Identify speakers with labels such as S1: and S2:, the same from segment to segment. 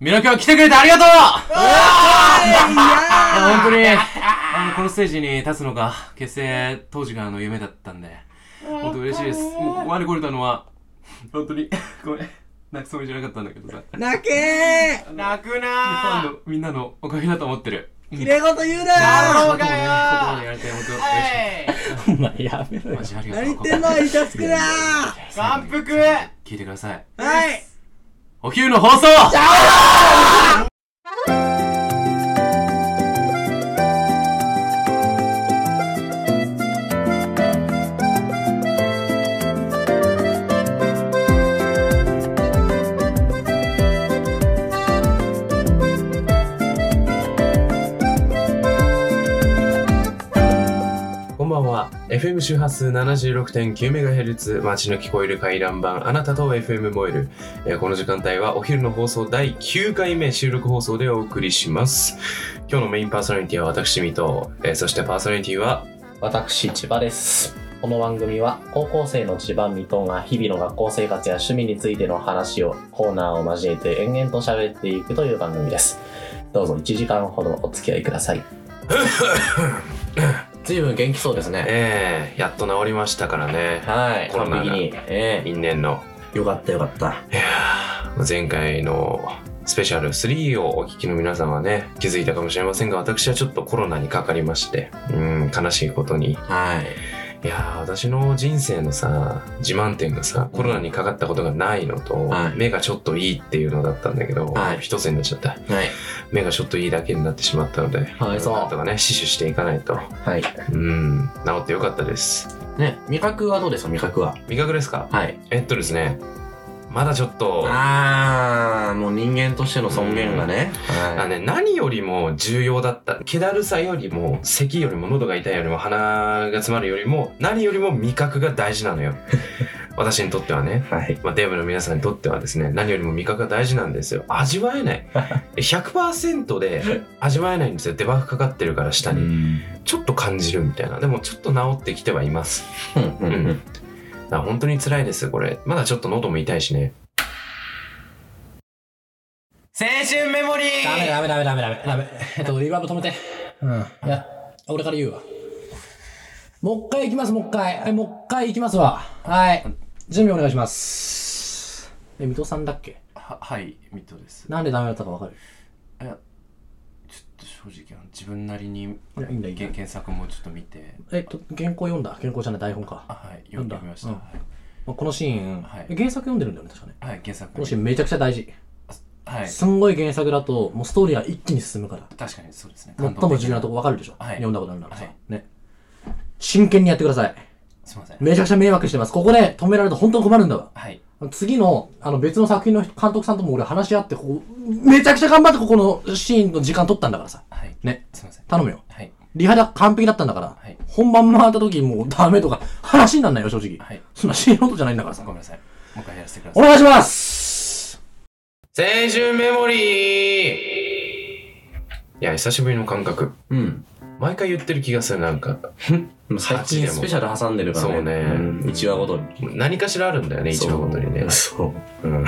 S1: ミラクは来てくれてありがとういや本当
S2: い
S1: に、あの、このステージに立つのが、結成当時からの夢だったんで、本当嬉しいです。もう、ここまで来れたのは、本当に、ごめん、泣きそうじゃなかったんだけどさ、フ
S2: や泣け
S1: ー
S3: 泣く
S1: ァン
S3: な
S1: のみんなのおかげだと思ってる。
S2: ー綺麗事言うな
S3: な
S1: こ
S3: る
S2: ー
S3: ほど
S1: こまでね、ここまでやれて、本当嬉しい。
S4: お前やめろよ
S1: マ。ジありがとう。
S2: 何言ってんのイチャつくなー
S3: 眼福
S1: 聞いてください。
S2: はい
S1: お昼の放送こんばんは。FM 周波数 76.9MHz、街の聞こえる回覧版、あなたと FM 燃える。えーこの時間帯はお昼の放送第9回目収録放送でお送りします。今日のメインパーソナリティは私、水戸。えーそしてパーソナリティは、
S4: 私、千葉です。この番組は、高校生の千葉ミトンが日々の学校生活や趣味についての話をコーナーを交えて延々と喋っていくという番組です。どうぞ1時間ほどお付き合いくだ さい。ずいぶん元気そうですね。
S1: えー、やっと治りましたからね。
S4: はい、
S1: コロナ
S4: 完
S1: が
S4: 璧に。え
S1: 因縁の。
S4: えよかったよかった。
S1: いやー前回のスペシャル3をお聞きの皆さんはね、気づいたかもしれませんが、私はちょっとコロナにかかりまして、うん、悲しいことに。
S4: はい。
S1: いやー私の人生のさ自慢点がさコロナにかかったことがないのと、
S4: はい
S1: 目がちょっといいっていうのだったんだけど、
S4: はい
S1: 一つになっちゃった
S4: はい。
S1: 目がちょっといいだけになってしまったので、
S4: はいそう
S1: なんとかね死守していかないと
S4: はい。
S1: うん治ってよかったです
S4: ね、味覚はどうですか味覚は。
S1: 味覚ですか
S4: はい。
S1: えっとですねまだちょっと
S4: あー、もう人間としての尊厳がね。
S1: あのね、何よりも重要だった気だるさよりも咳よりも喉が痛いよりも鼻が詰まるよりも何よりも味覚が大事なの よ私にとってはね
S4: はい。
S1: まあ、デブの皆さんにとってはですね何よりも味覚が大事なんですよ味わえない 100%で味わえないんですよデバフかかってるから下
S4: う
S1: に
S4: ん。
S1: ちょっと感じるみたいなでもちょっと治ってきてはいます
S4: うんうんうん。
S1: だから本当に辛いですこれまだちょっと喉も痛いしね
S3: 青春メモリ
S5: ダメ
S3: ー
S5: ダメダメダメダメダメ。えっと、リバーブ止めて。うん。いや、俺から言うわ。もう一回行きます、もう一回。はい、もう一回行きますわ。はい。準備お願いします。え、水戸さんだっけ
S1: ははいミトです
S5: なんでダメだったかわかる
S1: いやちょっと正直自分なりに
S5: いやいいんだいいんだ
S1: 検索もちょっと見て
S5: えっと、原稿読んだ。原稿じゃない、台本か。
S1: はい
S5: 読んだ読んでみましたうんはいまあこのシーン、
S1: はい
S5: 原作読んでるんだよね、確かね。
S1: 検索
S5: このシーンめちゃくちゃ大事。
S1: は
S5: すんごい原作だと、もうストーリーが一気に進むから。
S1: 確かにそうですね
S5: 最も重要なとこわかるでしょ、
S1: はい
S5: 読んだことあるならさ、
S1: はい
S5: ね。真剣にやってください。
S1: すいません
S5: めちゃくちゃ迷惑してます。ここで止められると本当に困るんだわ。
S1: はい
S5: 次の、あの別の作品の人監督さんとも俺話し合って、こう、めちゃくちゃ頑張ってここのシーンの時間取ったんだからさ。
S1: はい
S5: ね。
S1: すいません
S5: 頼むよ。
S1: はい
S5: リハだ完璧だったんだから、
S1: はい
S5: 本番回った時もうダメとか、話になんないよ、正直。
S1: はい
S5: そんな死ぬことじゃないんだからさ
S1: ご。めんなさい。もう一回やらせてくだ
S5: お
S1: さい。
S5: 願いします
S1: 青春メモリーいや、久しぶりの感覚。
S4: うん。
S1: 毎回言ってる気がする、なんか。
S4: 最近スペシャル挟んでるからね。
S1: そうね
S4: ん一話ごとに。
S1: 何かしらあるんだよね、一応本当にね。
S4: そ う。
S1: うん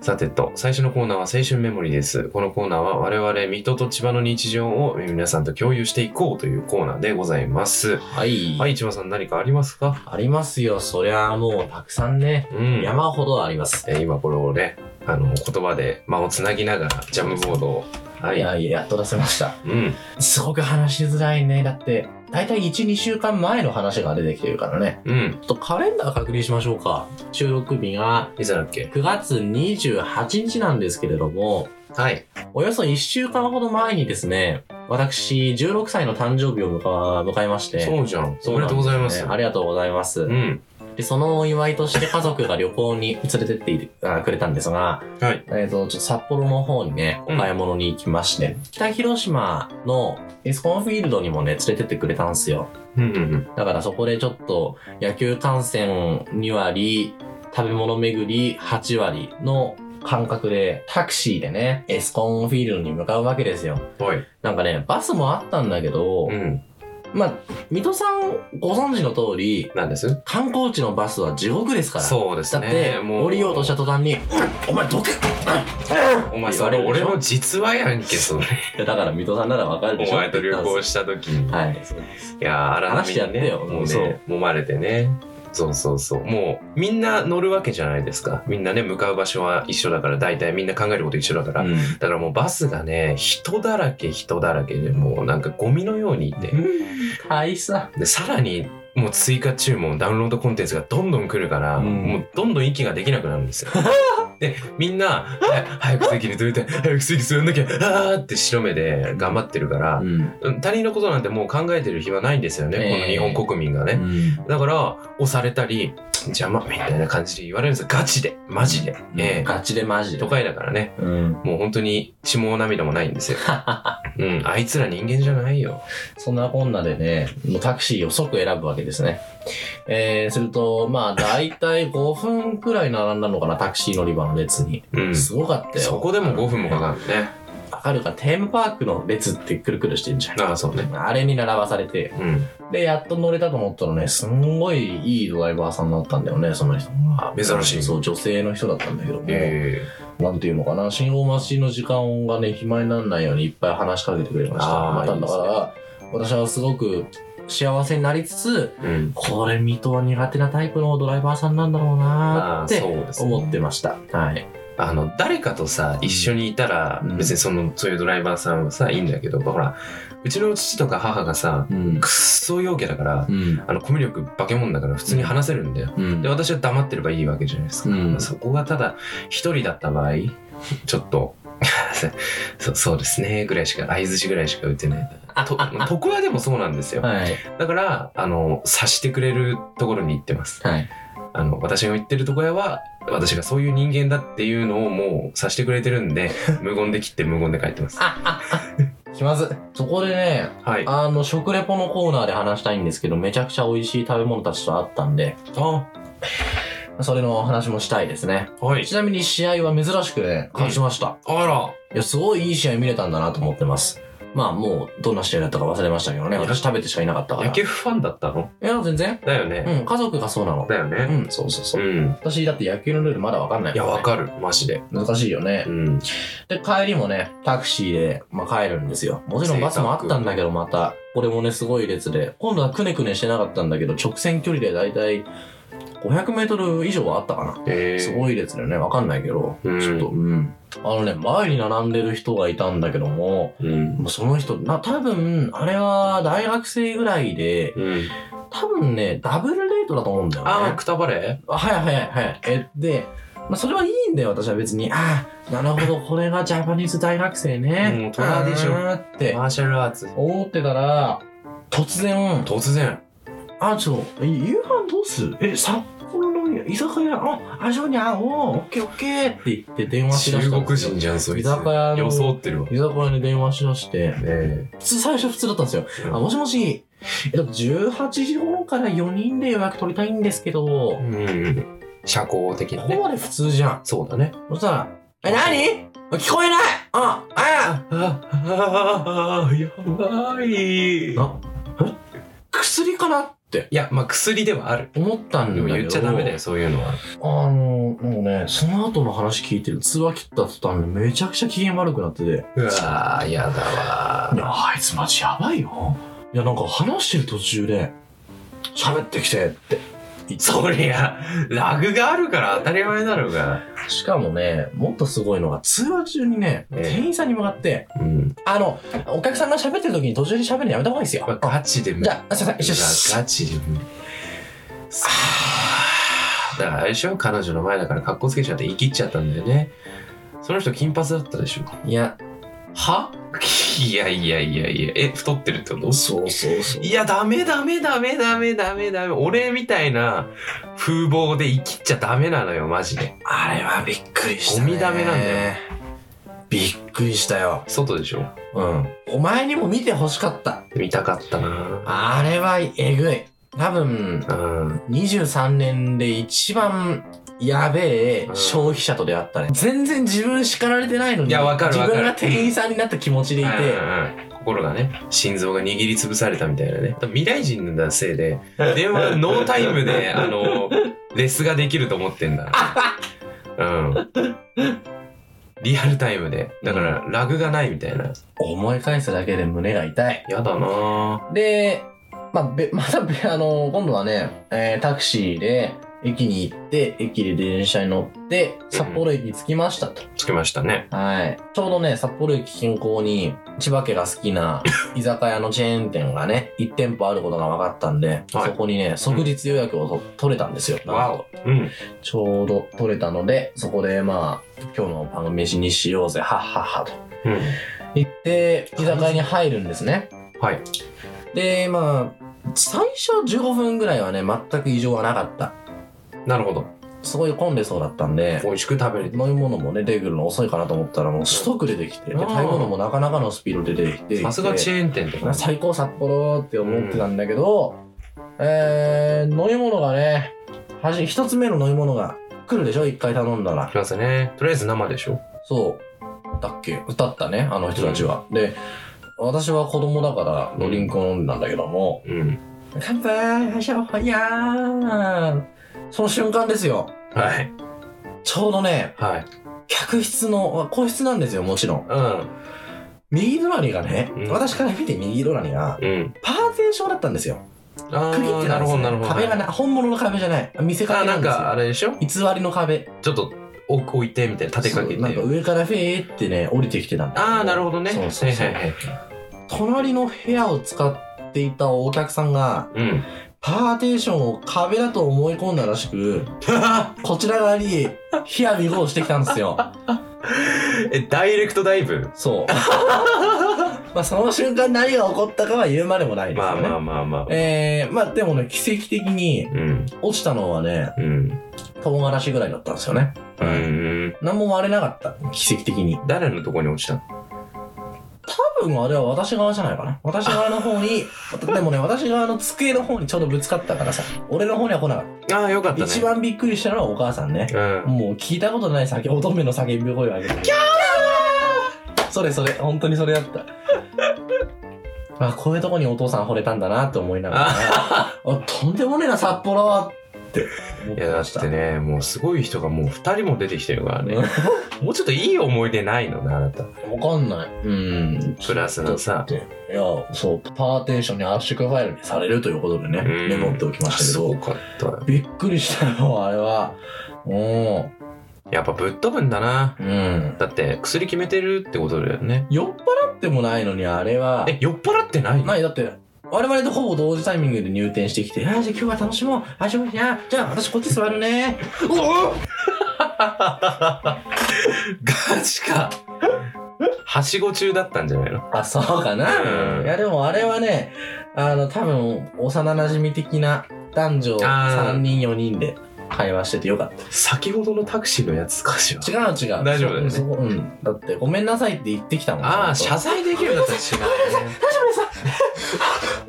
S1: さてと、最初のコーナーは青春メモリーです。このコーナーは我々、水戸と千葉の日常を皆さんと共有していこうというコーナーでございます。
S4: はい。
S1: はい、千葉さん何かありますか
S4: ありますよ。そりゃもうたくさんね。
S1: うん。
S4: 山ほどあります。
S1: え今これをね、あの、言葉で間をつなぎながら、ジャムボードを。はいい。
S4: やいや、やっと出せました。
S1: うん。
S4: すごく話しづらいね。だって、だいたい1、2週間前の話が出てきてるからね。
S1: うん
S4: ちょ。っとカレンダー確認しましょうか。収録日が
S1: いつだっけ
S4: 9月28日なんですけれども、
S1: はい。
S4: およそ1週間ほど前にですね、私、16歳の誕生日を迎え迎えまして、
S1: そうじゃん。お
S4: そ
S1: めで
S4: なん
S1: と
S4: で
S1: うございます。
S4: ねありがとうございます。
S1: うん。
S4: で、そのお祝いとして家族が旅行に連れてっているあくれたんですが、
S1: はい。
S4: えっ、と、ちょっと札幌の方にね、
S1: うん
S4: お買い物に行きまして、北広島のエスコンフィールドにもね、連れてってくれたんですよ。
S1: うんうん
S4: だからそこでちょっと野球観戦2割、食べ物巡り8割の感覚で、タクシーでね、エスコンフィールドに向かうわけですよ。
S1: うん。はい。
S4: なんかね、バスもあったんだけど、
S1: うん。
S4: まあ、水戸さんご存知の通り、
S3: なんです
S4: 観光地のバスは地獄ですから。
S3: そうですね
S4: だって、
S3: もう
S4: 降りようとした途端に、うんお前どけ、
S3: お前それ
S4: 言わ
S3: 俺
S4: れるでしょ
S3: の実話やんけそれ
S4: うん、だから水戸さんならわかるでし
S3: お
S4: ょ。
S3: 前と旅行
S4: し
S3: した時に
S4: はい。
S3: いやー荒波
S4: 話してやっ
S3: に
S4: て
S3: ね
S4: よ
S3: も
S4: も
S3: う
S4: う
S3: ね
S4: ね
S3: 揉まれてねそうそうそうもうみんな乗るわけじゃないですかみんなね向かう場所は一緒だから大体みんな考えること一緒だから、
S4: うん
S3: だからもうバスがね人だらけ人だらけでもうなんかゴミのようにいて、
S4: 大佐。
S3: でさらにもう追加注文ダウンロードコンテンツがどんどん来るから、
S4: うん
S3: もうどんどん息ができなくなるん ですよでみんな「は早く席にどいて早く席座んなきゃあー」って白目で頑張ってるから、
S4: ん。
S3: うん他人のことなんてもう考えてる暇ないんですよね、
S4: ええ
S3: この日本国民がね、だから押されたり「邪魔」みたいな感じで言われるんですよガチでマジで、ええ
S4: ガチでマジで。
S3: 都会だからね
S4: うん。
S3: もう本当に血も涙もないんですよ、うん、あいつら人間じゃないよ
S4: そんなこんなでね、もうタクシーを即選ぶわけですね。えー、すると、まあ、だいたい5分くらい並んだのかな、タクシー乗り場の列に。
S3: うん
S4: すごかったよ。
S3: そこでも5分もかかるね
S4: わかるか、テーマパークの列ってくるくるしてんじゃん。
S3: ああそうね
S4: あれに並ばされて、
S3: うん
S4: で、やっと乗れたと思ったらね、すんごいいいドライバーさんだったんだよね、その人が。
S3: 珍しい
S4: そう、女性の人だったんだけども、
S3: ええ
S4: なんていうのかな、信号待ちの時間がね、暇にならないようにいっぱい話しかけてくれました。
S3: あー
S4: また
S3: いい
S4: だ
S3: ですね
S4: から、私はすごく幸せになりつつ、
S3: うん
S4: これ、水戸は苦手なタイプのドライバーさんなんだろうなー
S3: あ
S4: っ
S3: ー
S4: て
S3: そうですね
S4: 思ってました。はい。
S3: あの誰かとさ一緒にいたら、
S4: うん
S3: 別にそのそういうドライバーさんはさいいんだけどほらうちの父とか母がさ
S4: うん
S3: くっ。そ陽キャだから、
S4: うん。
S3: あのコミュ力化け物だから普通に話せるんだよ、
S4: うん
S3: で。私は黙ってればいいわけじゃないですか、
S4: うん
S3: そこがただ一人だった場合ちょっと そそうですねぐらいしか相づちぐらいしか打てないと床屋でもそうなんですよ
S4: はい。
S3: だからあの察してくれるところに行ってます
S4: はい。
S3: あの、私が言ってる床屋は、私がそういう人間だっていうのをもうさしてくれてるん で、無言で切って無言で帰ってます。は
S4: 気まずい。そこでね、
S3: い。あ
S4: あの、食レポのコーナーで話したいんですけど、めちゃくちゃ美味しい食べ物たちとあったんで、それのお話もしたいですね。
S3: はい。
S4: ちなみに試合は珍しくね、勝ちました。
S3: あら、
S4: いや、すごいいい試合見れたんだなと思ってます。まあ、もう、どんな試合だったか忘れましたけどね、
S3: いや
S4: 私食べてしかいなかったから。
S3: 野球ファンだったの
S4: いや、全然。
S3: だよ
S4: う
S3: ね。
S4: ん、家族がそうなの。
S3: だよ
S4: う
S3: ね。
S4: ん、そうそ
S3: う
S4: うそう。
S3: ん。
S4: 私、だって野球のルールまだわかんない
S3: いや、わ
S4: る。
S3: かる。マジで。
S4: 難しいよね
S3: う。ん。
S4: で、帰りもね、タクシーで、まあ、帰るんですよ。もちろんバスもあったんだけど、また。これもね、すごい列で。今度はくねくねしてなかったんだけど、直線距離でだいたい500メートル以上はあったかな。
S3: えー、
S4: すごい列だよね。わかんないけど、ち
S3: うん
S4: ょっと、うん。あのね、前に並んでる人がいたんだけども、
S3: うん。
S4: もうその人、な、多分、あれは大学生ぐらいで、
S3: うん。
S4: 多分ね、ダブルデートだと思うんだよね。
S3: あー、くたばれ
S4: あはいはいはい。え、で、まあ、それはいいんだよ、私は別に。ああ、なるほど、これがジャパニーズ大学生ね。
S3: もうトラでしょ
S4: あーって
S3: マーシャルアーツ。
S4: 思ってたら、突然、
S3: 突然。
S4: あ、ちょ、え夕飯どうすえ、札幌の居酒屋、あ、あ、そうにゃ、おうオッケーオッケーって言って電話しだし
S3: 中
S4: たんで
S3: 国
S4: すよ。
S3: 人じゃん、そいつ。
S4: 居酒屋の
S3: 装ってるわ。ね
S4: 居酒屋に電話しだして、
S3: え
S4: 普通、最初普通だったんですよ。あ、もしもし、えっと、18時頃から4人で予約取りたいんですけど、
S3: う
S4: こ
S3: んうん。社交的な
S4: こ
S3: ね。
S4: まで普通じゃん。
S3: そうだね。
S4: そしたら、え、なに聞こえないあ、あ
S3: あ、ああ、やばい。
S4: な、え薬かなって
S3: いや、まあ薬ではある。
S4: 思ったん
S3: で
S4: だけ
S3: も
S4: ど。
S3: 言っちゃダメだよ、。そういうのは。
S4: あの、なんかね、その後の話聞いてる通話切った途端にめちゃくちゃ機嫌悪くなってて、
S3: うわー、やだわ
S4: いや、あいつマジやばいよ。いや、なんか話してる途中で、喋ってきてって。
S3: そりゃ、ラグがあるから当たり前だろうが。
S4: しかもね、もっとすごいのが、通話中にね、
S3: ええ
S4: 店員さんに向かって、
S3: うん。
S4: あの、お客さんが喋ってる時に途中で喋るのやめた方がいいですよ。
S3: これガチで無理。
S4: じゃあ、すいません、よ
S3: う
S4: し
S3: わガチで無理。だからあれでしょ彼女の前だから格好つけちゃって言い切っちゃったんだよね。その人金髪だったでしょ
S4: いや、
S3: は いやいやいやいや、え、太ってるってこと
S4: そうそうそう。
S3: いや、ダメダメダメダメダメダメ。俺みたいな風貌で生きっちゃダメなのよ、マジで。
S4: あれはびっくりした、ね。
S3: ゴミダメなんだよ。
S4: びっくりしたよ。
S3: 外でしょ
S4: うん。お前にも見てほしかった。
S3: 見たかったな
S4: あれはえぐい。多分、
S3: うん。
S4: 23年で一番やべえ
S3: うん
S4: 消費者と出会ったね。全然自分叱られてないのに、
S3: いやわかるわかる
S4: 自分が店員さんになった気持ちでいて、
S3: うんうん心がね心臓が握りつぶされたみたいなね多分未来人のせいで電話ノータイムであのレスができると思ってんだうんリアルタイムでだからラグがないみたいな
S4: 思い返すだけで胸が痛い。
S3: やだなぁ
S4: で、まあ、べまたべ、あの、今度はね、えータクシーで駅に行って、駅で電車に乗って、札幌駅に着きましたと。
S3: つきましたね
S4: はい。ちょうどね、札幌駅近郊に、千葉家が好 きな居酒屋のチェーン店がね、1店舗あることが分かったんで、
S3: はい
S4: そこにね、即日予約をと取れたんですよ。
S3: わおうん
S4: ちょうど取れたので、そこでまあ、今日のパン飯にしようぜ、はっはっはと。
S3: うん
S4: 行って、居酒屋に入るんですね。
S3: はい
S4: で、まあ、最初15分ぐらいはね、全く異常はなかった。
S3: なるほど
S4: すごい混んでそうだったんで、
S3: 美味しく食べれて
S4: 飲み物もね、出てくるの遅いかなと思ったら、もう一く出てきて、で、
S3: あ
S4: 食
S3: ー
S4: べ物もなかなかのスピードで出てきて、
S3: さすがチェーン店とか
S4: で最高札幌って思ってたんだけど、えー、飲み物がね、はじ一つ目の飲み物が来るでしょ一回頼んだら
S3: き。ますねとりあえず生でしょ
S4: そう。だっけ歌ったね、あの人たちは。で、私は子供だからドリンクを飲んだんだけども、
S3: うん
S4: 乾杯しょうやーその瞬間ですよ。
S3: はい
S4: ちょうどね、
S3: はい
S4: 客室の、あ個室なんですよ、もちろん。
S3: う
S4: 右隣がね、
S3: うん
S4: 私から見て右隣が、
S3: んうん
S4: パーテーションだったんですよ。
S3: あ
S4: 区切って
S3: ー
S4: た
S3: なんる
S4: で
S3: ほ
S4: すよ
S3: どなるほど
S4: 壁が
S3: はい
S4: な、本物の壁じゃない。見せか
S3: あ
S4: けな
S3: なんん
S4: ですよ。
S3: かあれでしょ
S4: 偽りの壁。
S3: ちょっと置置いてみたいな立てかけ
S4: そう
S3: て
S4: なんか上からフェーってね、降りてきてたんだけ
S3: ああなるほどね
S4: そうそうそう
S3: はいはいはい
S4: 隣の部屋を使っていたお客さんが、
S3: うん
S4: パーテーションを壁だと思い込んだら しく、こちら側に、火やみごをしてきたんですよ。
S3: えダイレクトダイブ
S4: そう。 まあ、その瞬間何が起こったかは言うまでもないです
S3: ま
S4: よ
S3: あ
S4: ね。
S3: まあまあまあ
S4: えー、まあでもね、奇跡的に
S3: うん
S4: 落ちたのはね、
S3: うん
S4: 唐辛子ぐらいだったんですよね。
S3: う。ん
S4: 何も割れなかった。奇跡的に。
S3: 誰のとこに落ちたの
S4: 多分あれは私側じゃないかな。私側の方に、 でもね、私側の机の方にちょうどぶつかったからさ、俺の方には来なかっ。
S3: ああよかったたね
S4: 一番びっくりしたのはお母さんね。
S3: うん
S4: もう聞いたことない叫乙女の叫び声を上げてキャーそれそれ本当にそれだった あこういうとこにお父さん惚れたんだなって思いなが ら、あとんでもねえな札幌はって思っ
S3: い
S4: て
S3: やだ
S4: ま
S3: っ
S4: した
S3: てねもうすごい人がもう2人も出てきてる からねもうちょっといい思い出ないのねあなた
S4: 分かんないうん
S3: プラスのさ
S4: ちょっといやそうパーテーションに圧縮ファイルにされるということでね
S3: うん
S4: メモっておきましたけ
S3: すご
S4: ど
S3: かったよ
S4: びっくりしたよあれはも
S3: やっぱぶっ飛ぶんだな
S4: ううん
S3: だって薬決めてるってことだよね
S4: 酔っ払ってもないのにあれは
S3: え酔っ払ってない
S4: ないだって我々とほぼ同時タイミングで入店してきて「あーじゃあ今日は楽しもうあじゃあじゃあじゃあ私こっち座るね」
S3: ガチかはしご中だったんじゃないの
S4: あそうかな、
S3: うん
S4: いやでもあれはねあの多分幼馴染的な男女
S3: あー
S4: 3人4人で会話しててよかった
S3: 先ほどのタクシーのやつかしら
S4: 違う違う
S3: 大丈夫だよね
S4: そこうん、だって「ごめんなさい」って言ってきたもん
S3: ああ
S4: ちゃ
S3: 謝罪
S4: ん
S3: できるんだったら違うね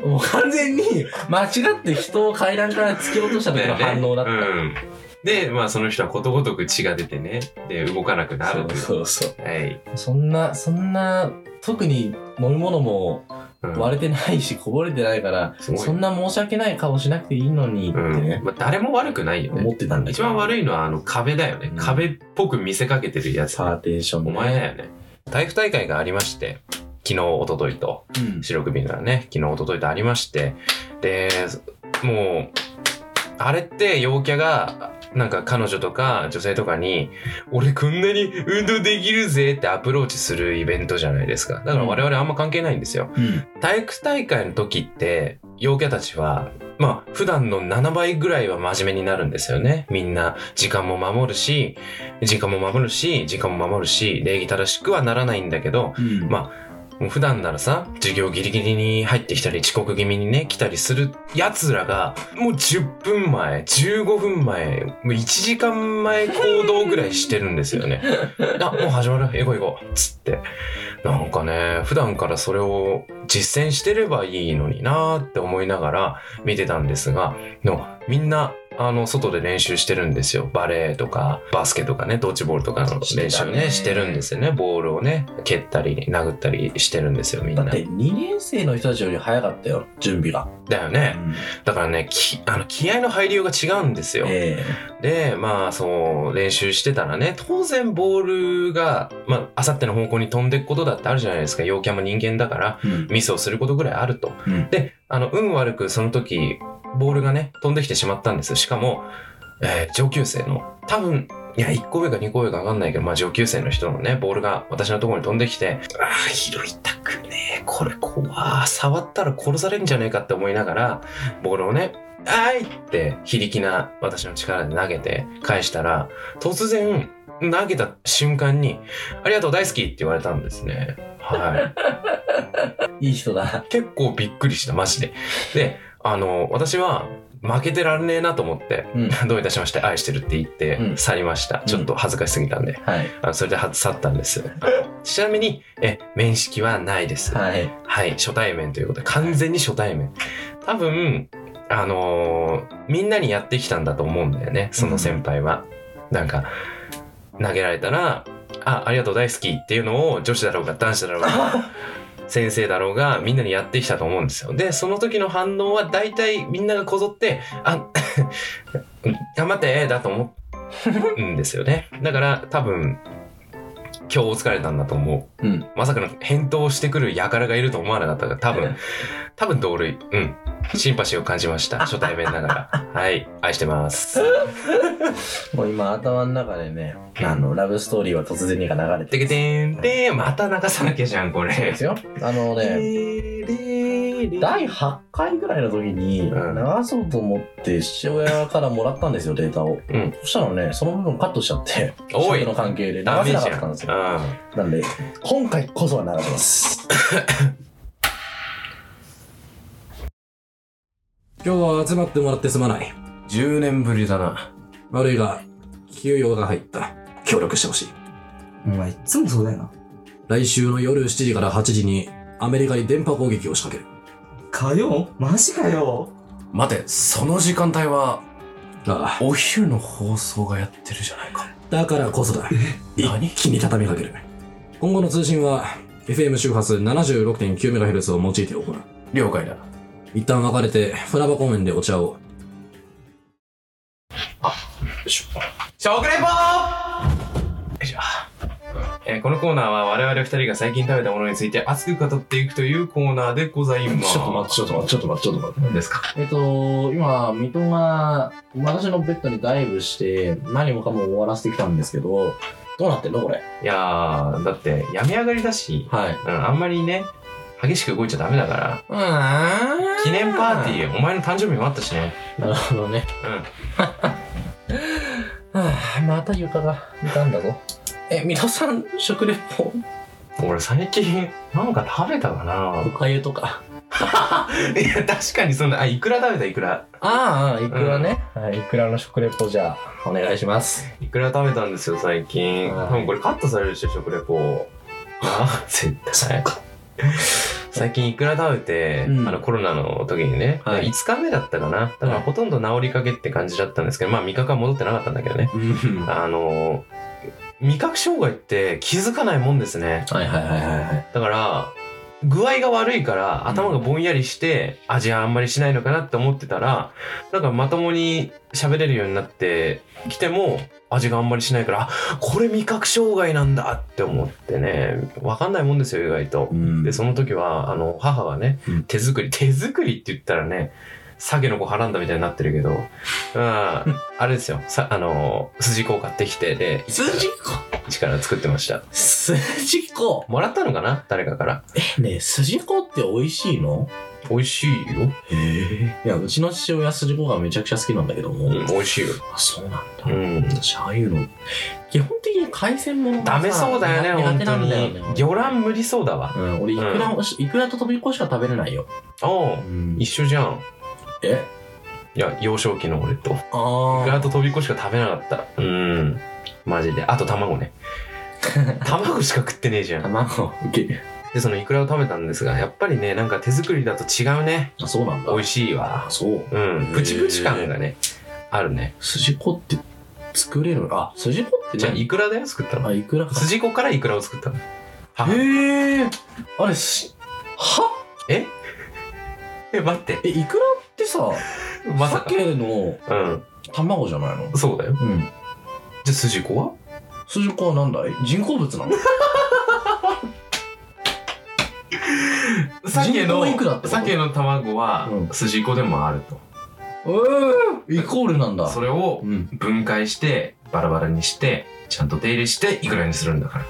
S4: ともう完全に間違って人を階段から突き落とした時 の反応だった、
S3: うん、でまあその人はことごとく血が出てねで動かなくなるという
S4: そうそうそう
S3: はい、
S4: そんなそんな特に飲み物も
S3: うん
S4: 割れてないしこぼれてないから
S3: すごい
S4: そんな申し訳ない顔しなくていいのにって
S3: うん
S4: ね、
S3: まあ、誰も悪くないよ
S4: 思
S3: ね
S4: ってたんだけ
S3: 一
S4: ど
S3: 番悪いのはあの壁だよね、
S4: うん
S3: 壁っぽく見せかけてるやつ
S4: パーテーション
S3: お
S4: ね
S3: 前だよね体育大会がありまして昨日一昨日と
S4: うん
S3: 白首がね昨日一昨日とありましてでもうあれって陽キャがなんか彼女とか女性とかに「俺こんなに運動できるぜ」ってアプローチするイベントじゃないですかだから我々あんま関係ないんですよ、
S4: うん
S3: 体育大会の時って陽キャたちはまあ普段の7倍ぐらいは真面目になるんですよねみんな時間も守るし時間も守るし時間も守るし礼儀正しくはならないんだけど
S4: うん
S3: まもう普段ならさ、授業ギリギリに入ってきたり、遅刻気味にね、来たりする奴らが、もう10分前、15分前、もう1時間前行動ぐらいしてるんですよね。あ、もう始まる。行こう行こう。つって。なんかね、普段からそれを実践してればいいのになーって思いながら見てたんですが、のみんなあの、外で練習してるんですよ。バレーとか、バスケとかね、ドッジボールとかの練習ね、
S1: し
S3: してて
S1: たね
S3: るんですよね。ボールをね、蹴ったり、殴ったりしてるんですよ、みん
S4: だ
S3: な。
S4: って2年生の人たちより早かったよ、準備が。
S3: だよね。だからね、きあの気合の配慮が違うんですよ。
S4: え
S3: で、まあ、そう、練習してたらね、当然ボールが、まあ、あさっての方向に飛んでいくことだってあるじゃないですか。陽キャも人間だから、
S4: えうん
S3: ミスをすることぐらいあると。
S4: うん
S3: で、あの、運悪くその時、ボールがね、飛んできてしまったんです。しかも、えー上級生の、多分、いや、1個上か2個上か分かんないけど、まあ、上級生の人のね、ボールが私のところに飛んできて、ああ、拾いたくねえ、これ怖い触ったら殺されるんじゃねえかって思いながら、ボールをね、あいって、非力な私の力で投げて返したら、突然、投げた瞬間に、ありがとう、大好きって言われたんですね。はい。
S4: いい人だ。
S3: 結構びっくりした、マジで。で、あの、私は、負けてられねえなと思って、
S4: うん
S3: どういたしまして、愛してるって言っ
S4: う
S3: て、
S4: ん
S3: 去りました。ちょっと恥ずかしすぎたんで、
S4: はい。
S3: あのそれでは去ったん です。あのちなみに、え、面識はないです。はい、
S4: はい。
S3: 初対面ということで、完全に初対面。多分、あのーみんなにやってきたんだと思うんだよね、その先輩は。なんか、投げられたら、あ、ありがとう、大好きっていうのを女子だろうが男子だろうが、 先生だろうがみんなにやってきたと思うんですよ。で、その時の反応は大体みんながこぞって、あ、 頑張ってだと思うんですよね。だから多分、今日お疲れたんだと思う。
S4: うん
S3: まさかの返答してくる輩がいると思わなかったから、多 分、多分同類。うん。シンパシーを感じました。初対面ながら。はい。愛してます。
S4: もう今頭の中でね、あの、ラブストーリーは突然にが流れて
S3: てけてんてんまた流さなきゃじゃん、こ
S4: そう
S3: れ
S4: で。すよ。あのね、第8回ぐらいの時に流
S3: うん
S4: そうと思って父親からもらったんですよ、データを。
S3: うん
S4: そしたらね、その部分カットしちゃって、
S3: おい
S4: 父親の関係で流
S3: ダメじ
S4: せなか
S3: ゃ
S4: ったんですよ。
S3: ん。うん。
S4: なんで、今回こそは流します。
S5: 今日は集まってもらってすまない。
S3: 10年ぶりだな。
S5: 悪いが、給与が入った。協力してほしい。
S6: お前いつもそうだよな。
S5: 来週の夜7時から8時に、アメリカに電波攻撃を仕掛ける。
S6: かよマジかよ
S7: 待て、その時間帯は、
S5: ああ、
S7: お昼の放送がやってるじゃないか。
S5: だからこそだ。一気に畳みかける。今後の通信は、FM 周波数 76.9MHz を用いて行う。
S7: 了解だ。
S5: 一旦別れて、船場公園でお茶を。
S1: 食レポ
S3: えーこのコーナーは我々二人が最近食べたものについて熱く語っていくというコーナーでございます。
S7: ちょっと待って、ちょっと待って、ちょっと待って、ちょっと待って。
S3: 何ですか
S4: えっと、今、水戸が、私のベッドにダイブして、何もかも終わらせてきたんですけど、どうなってんのこれ。
S3: いやー、だって、病み上がりだし、
S4: はい。
S3: うん、あんまりね、激しく動いちゃダメだから、
S7: うーん
S3: 記念パーティー、お前の誕生日もあったしね。
S4: なるほどね。はぁ、 また床が痛んだぞ。え、水戸さん、食レポ、
S3: うん。俺最近、なんか食べたかな
S4: おかゆとか。
S3: いや、確かにそんな、あ、いくら食べた、いくら。
S4: ああ、いくらね。はい、いくらの食レポじゃあ、お願いします。
S3: いくら食べたんですよ、最近。
S4: はい
S3: 多分これカットされるでしょ、食レポ。あ、 絶対。最近いくら食べて、
S4: うん
S3: あのコロナの時にね、
S4: はい
S3: 5日目だったかな。だか
S4: は
S3: ら
S4: い
S3: ほとんど治りかけって感じだったんですけど、まあ味覚は戻ってなかったんだけどね。
S4: は
S3: あの、味覚障害って気づかないもんですね。
S4: いはいはいはいはい。
S3: だから、具合が悪いから頭がぼんやりして味はあんまりしないのかなって思ってたら、なんかまともに喋れるようになってきても味があんまりしないから、あこれ味覚障害なんだって思ってね、わかんないもんですよ、意外と。
S4: うん
S3: で、その時は、あの、母がね
S4: うん、
S3: 手作り、手作りって言ったらね、鮭の子はらんだみたいになってるけど、うん、あれですよ、さ、あの、筋子を買ってきて、で、
S4: 筋子
S3: 一から作ってました。
S4: 筋子
S3: もらったのかな誰かから。
S4: ねえ、筋子って美味しいの
S3: 美味しいよ。
S4: へえ。いや、うちの父親筋子がめちゃくちゃ好きなんだけども。
S3: うん、美味しいよ。
S4: あ、そうなんだ。
S3: うん。
S4: 私、ああいうの、基本的に海鮮ものが
S3: ダ
S4: さ
S3: メそうだよね、
S4: 苦
S3: 本
S4: 手な
S3: 当
S4: んだよ
S3: に
S4: ね。。
S3: 魚卵無理そうだわ。
S4: うん、俺、イクラ、イクラと飛び越しか食べれないよ。
S3: おう一緒じゃん。
S4: え
S3: いや、幼少期の俺と。
S4: あ
S3: グラート飛び越しか食べなかった。うん。マジで。あと卵 ね。卵しか食ってねえじゃん。
S4: 卵、受け。
S3: でそのイクラを食べたんですがやっぱりねなんか手作りだと違うね
S4: あ、そうなんだ。
S3: 美
S4: し
S3: 味しいわ
S4: そう。
S3: うんプチプチ感がねあるね。
S7: 筋子って作れるのあ、筋子って
S3: じゃあ、
S7: 何
S3: いくらだよ作ったの
S7: あ、いくらか。
S3: 筋子からいくらを作ったの
S7: へえ。あれ、すは
S3: ええ、待って。
S7: え、いくらってさ、
S3: まさか。
S7: 鮭の
S3: うん。
S7: 卵じゃないの
S3: そうだよ。
S7: うん。
S3: じゃあ、筋子は
S7: 筋子は何だい人工物な の
S3: 鮭
S7: 人
S3: の
S7: 口いくらってこと
S3: 鮭の卵は
S7: うん
S3: 筋子でもあると、
S7: ええイコールなんだ。
S3: それを
S7: うん。
S3: 分解してバラバラにしてちゃんと手入れしていくらにするんだから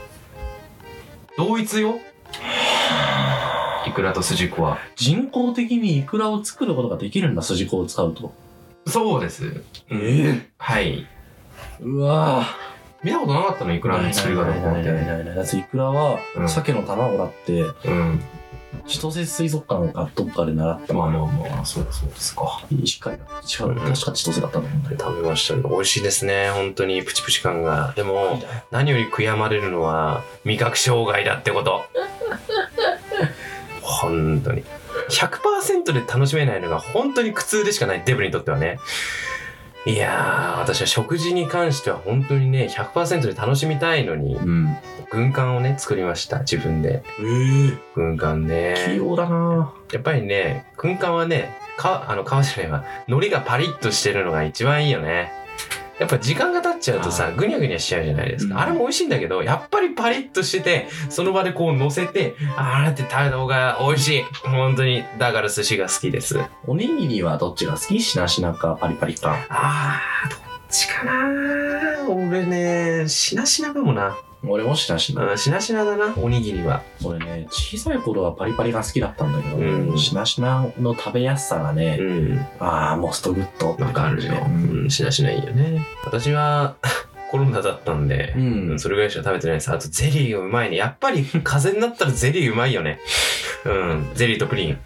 S3: 同一よいくらと筋子は
S7: 人工的にイクラを作ることができるんだ、筋子を使うと。
S3: そうです
S7: え
S3: はい
S7: うわぁ。
S3: 見たことなかったのいくらの作り方とかっ
S7: ないない
S3: て
S7: ないないだってイクラは
S3: うん
S7: 鮭の卵だって
S3: うん
S7: 千歳水族館かどっかで習った
S3: まあまあまあそうそうですか
S7: 一回だ違う
S3: うん
S7: 確か千歳だったと思うんだけど
S3: 食べましたけど美味しいですね本当にプチプチ感がでも何より悔やまれるのは味覚障害だってこと本当に100%で楽しめないのが本当に苦痛でしかないデブにとってはねいやー私は食事に関しては本当にね100%で楽しみたいのに
S7: うん
S3: 軍艦をね作りました自分で
S7: え
S3: 軍艦ね
S7: 器用だな
S3: やっぱりね軍艦はねかあの皮じゃないわ海苔がパリッとしてるのが一番いいよねやっぱ時間が経っちゃうとさぐにゃぐにゃしちゃうじゃないですか、
S7: うん
S3: あれも美味しいんだけどやっぱりパリッとしててその場でこう乗せてあーって食べた方が美味しい本当にだから寿司が好きですあ
S7: おにぎりはどっちが好きしなしなかパリパリか
S3: ーどっちかな俺ねしなしなかもな
S7: 俺もしなしな
S3: うんしなしなだなおにぎりは
S7: 俺ね小さい頃はパリパリが好きだったんだけど、
S3: うん
S7: しなしなの食べやすさがね、
S3: ん
S7: ああモストグッドって
S3: なんかあ
S7: 感
S3: る
S7: じ
S3: よ
S7: で、うん
S3: うん、しなしないよね私は コロナだったんで、
S7: うん
S3: それぐらいしか食べてないですあとゼリーがうまいねやっぱり風邪になったらゼリーうまいよねうんゼリーとプリン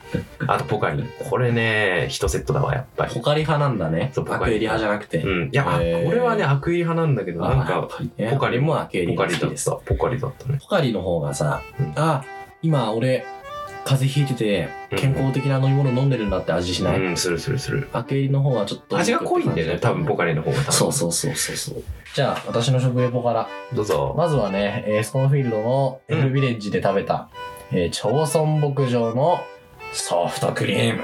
S3: あとポカリこれね一セットだわやっぱり
S7: ポカリ派なんだね
S3: そうポカリ
S7: アクエリ派じゃなくて、
S3: うんいや、あ
S7: へー
S3: これはねアクエリ派なんだけどなんか
S7: ね
S3: ポカリ
S7: 俺もアクエリ
S3: ポカ
S7: が
S3: リ
S7: 好
S3: だ
S7: き
S3: っ
S7: です
S3: たポカリだったね
S7: ポカリの方がさ、
S3: うん
S7: あ、今俺、風邪ひいてて、健康的な飲み物飲んでるんだって味しない。
S3: うんするするする
S7: 明け入りの方はちょっと。
S3: 味が濃いんだよね多分ポ
S7: カ
S3: カリの方が多分
S7: そうそうそうそうそう。
S4: じゃあ、私の食レポから。
S3: どうぞ
S4: まずはね、えースコーンフィールドのエルビレッジで食べた、えー町村牧場のソフトクリーム。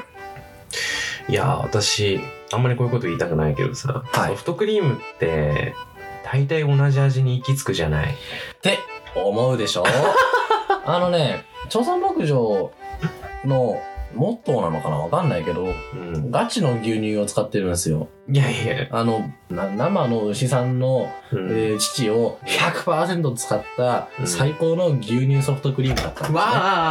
S3: いやー私あんまりこういうこと言いたくないけどさ、
S7: はい
S3: ソフトクリームって大体同じ味に行き着くじゃない
S4: って思うで しょあのね、町村牧場のモットーなのかなわかんないけど、
S3: うん
S4: ガチの牛乳を使ってるんですよ。
S3: いやいや、
S4: あの、な生の牛さんの、
S3: うん
S4: えー乳を100%使った
S3: うん
S4: 最高の牛乳ソフトクリームだったんですね。
S3: わ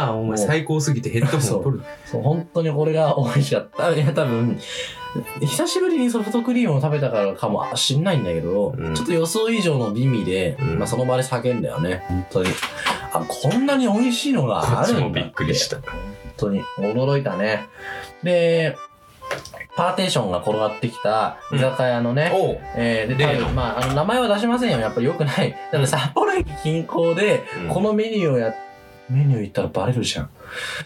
S3: あ、お前最高すぎてヘッドホン取る。
S4: そう本当にこれが美味しかった。いや、多分、久しぶりにソフトクリームを食べたからかもしんないんだけど、
S3: うん
S4: ちょっと予想以上の美味で、
S3: うん
S4: まあその場で叫んだよね。本当に。あ、こんなに美味しいの
S3: こ
S4: があ
S3: っ
S4: る
S3: ち
S4: んだ
S3: もびっくりした。
S4: 本当に驚いたね。で、パーテーションが転がってきた居酒屋のね、
S3: おう、
S4: えーで、
S3: 例
S4: 多
S3: の
S4: 分まあ、あの名前は出しませんよ。やっぱり良くない。だから札幌駅近郊で、こ
S3: この
S4: のメニューをや、メニュー言ったらバレるじゃん。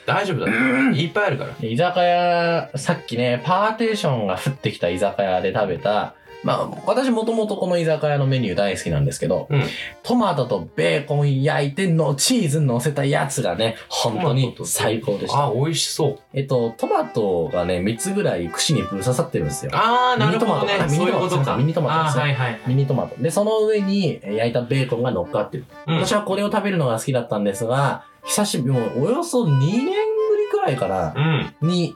S3: 大丈夫だ、いっぱいあるから。
S4: 居酒屋、さっきね、パーテーションが降ってきた居酒屋で食べた、まあ、私もともとこの居酒屋のメニュー大好きなんですけど、
S3: うん
S4: トマトとベーコン焼いてのチーズ乗せたやつがね、本当
S3: トマ
S4: に
S3: トと
S4: 最高でした。
S3: あ、美味しそう。
S4: えっと、トマトがね、3つぐらい串にぶら刺さってるんですよ。
S3: あー、なるほどね。
S4: ミ
S3: そう
S4: ニ
S3: いう
S4: トマ
S3: こ
S4: ト
S3: とか。
S4: ミニトマトで
S3: あ
S4: す
S3: ー、
S4: ね
S3: はいはい。
S4: ミニトマト。で、その上にえー焼いたベーコンが乗っかってる。
S3: うん
S4: 私はこれを食べるのが好きだったんですが、久しぶり、もうおよそ2年ぶりくらいかな、
S3: うん。
S4: に、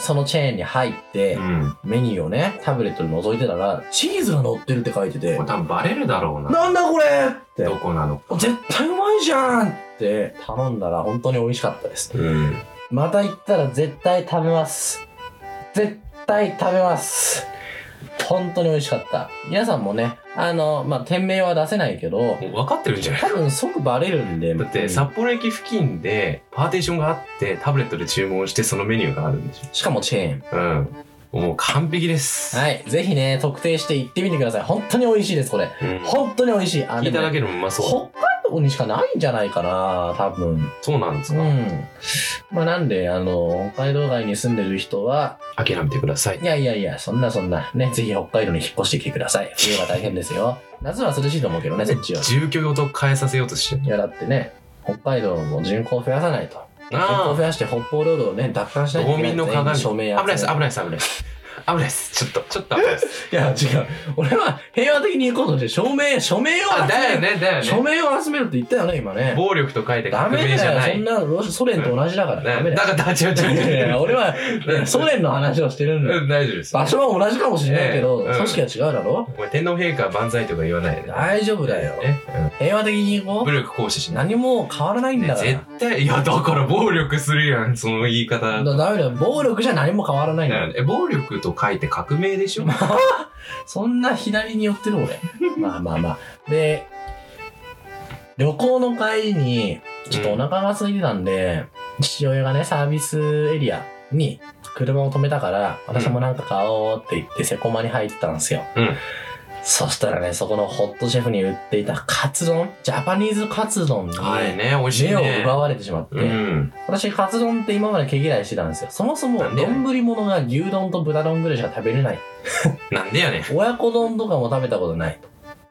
S4: そのチェーンに入って、
S3: うん。
S4: メニューをね、タブレットに覗いてたら、チーズが乗ってるって書いてて
S3: これ、多分バレるだろうな。
S4: なんだこれって
S3: ど、こなのか。
S4: 絶対うまいじゃんって頼んだら本当に美味しかったです。
S3: うん。
S4: また行ったら絶対食べます。絶対食べます。本当に美味しかった。皆さんもね、あの、まあ、店名は出せないけど、
S3: もう分かってるんじゃない
S4: 多分即バレるんで、
S3: だって札幌駅付近でパーテーションがあってタブレットで注文してそのメニューがあるんでし
S4: しかもチェーン。
S3: ょうんもう完璧です、
S4: はい。ぜひね、特定して行ってみてください。本当に美味しいです、これ。
S3: うん
S4: 本当に美味しい。あ
S3: 聞いただ
S4: で
S3: けでもうま
S4: も
S3: そう
S4: 北海ルにしかないんじゃないかな、多分。
S3: そうなんです
S4: う
S3: か、
S4: ん。まあなんで、あの、北海道外に住んでる人は、
S3: 諦めてください
S4: いやいやいや、そんなそんな、ね、ぜひ北海道に引っ越してきてください。冬は大変ですよ。 夏は涼しいと思うけどね、そっちは。
S3: 住居ごと変えさせようとしてる
S4: いやだってね、北海道も人口増やさないと。人口
S3: あ
S4: 増やして北方領土をね、奪還しないとい
S3: 道
S4: けない。
S3: 民の鏡
S4: 全員署
S3: 危
S4: 名
S3: ないです
S4: 集
S3: 危
S4: め
S3: ないです危ないです危ないですちょっとちょっと危ないです
S4: いや、違う。俺は平和的に行こうとして、署名、署名を集め
S3: あ
S4: る。
S3: だよねだよね
S4: 署名を集めるって言ったよね、今ね。
S3: 暴力と書いて
S4: ダ
S3: 革
S4: メ
S3: 命じゃな
S4: だよ。
S3: い
S4: そんなロシソ連と同じだから。ダメ
S3: ね
S4: だ
S3: だ
S4: よ。
S3: から違う
S4: い
S3: 違う
S4: やい
S3: 違
S4: や
S3: う
S4: 俺は
S3: う
S4: ね
S3: ん
S4: ソ連の話をしてるんだ
S3: う
S4: よ。
S3: ん大丈夫です
S4: 場所は同じかもしれないけど、
S3: ええ
S4: 組織は違うだろ
S3: お前天皇陛下万歳とか言わないでね
S4: 大丈夫だよ。
S3: ね
S4: 平和的に
S3: う
S4: 行
S3: ん
S4: こ
S3: 武力行使し
S4: う。
S3: ない
S4: 何も変わらないん
S3: ね
S4: だから。
S3: 絶対いやだから暴力するやんその言い方
S4: だダメだよ。暴力じゃ何も変わらないんだよ。
S3: え暴力と書いて革命でしょ
S4: そんな左に寄ってる 俺。まあまあまあ。で、旅行の帰りに、ちょっとお腹が空いてたんで、父親がね、サービスエリアに車を止めたから、私もなんか買おうって言って、セコマに入ったんですよ。
S3: うん
S4: そしたらね、そこのホットシェフに売っていたカツ丼、ジャパニーズカツ丼に、
S3: あれね美味しいね
S4: 目を奪われてしまって、
S3: うん
S4: 私、カツ丼って今まで毛嫌いしてたんですよ。そもそも
S3: なん、で
S4: 丼物が牛丼と豚丼ぐらいしか食べれない。
S3: なんでやねん
S4: 親子丼とかも食べたことない。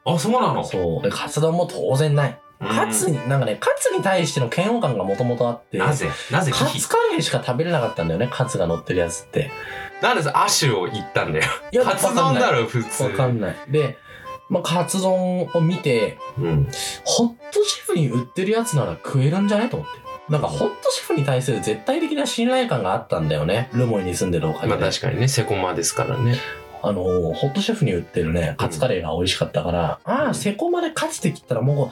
S3: あそうなの
S4: そう。で、カツ丼も当然ない。
S3: うん
S4: カツに、なんかね、カツに対しての嫌悪感がもともとあって、
S3: なぜなぜ
S4: カ
S3: 危機
S4: ツカレーしか食べれなかったんだよね、カツが乗ってるやつって。
S3: なんでアシュを言ったんだよ
S4: いや
S3: カツ丼だ
S4: ろ。
S3: ろ普通
S4: わかんない。で、まあ、カツ丼を見て、
S3: うん
S4: ホットシェフに売ってるやつなら食えるんじゃねと思って。なんか、ホットシェフに対する絶対的な信頼感があったんだよね。ルモイに住んでるおかげ
S3: まあ
S4: で。
S3: 確かにねセコマですからね
S4: あのー、ホットシェフに売ってるね、カツカレーが美味しかったから、ああ、セコまでカツって切ったらもう、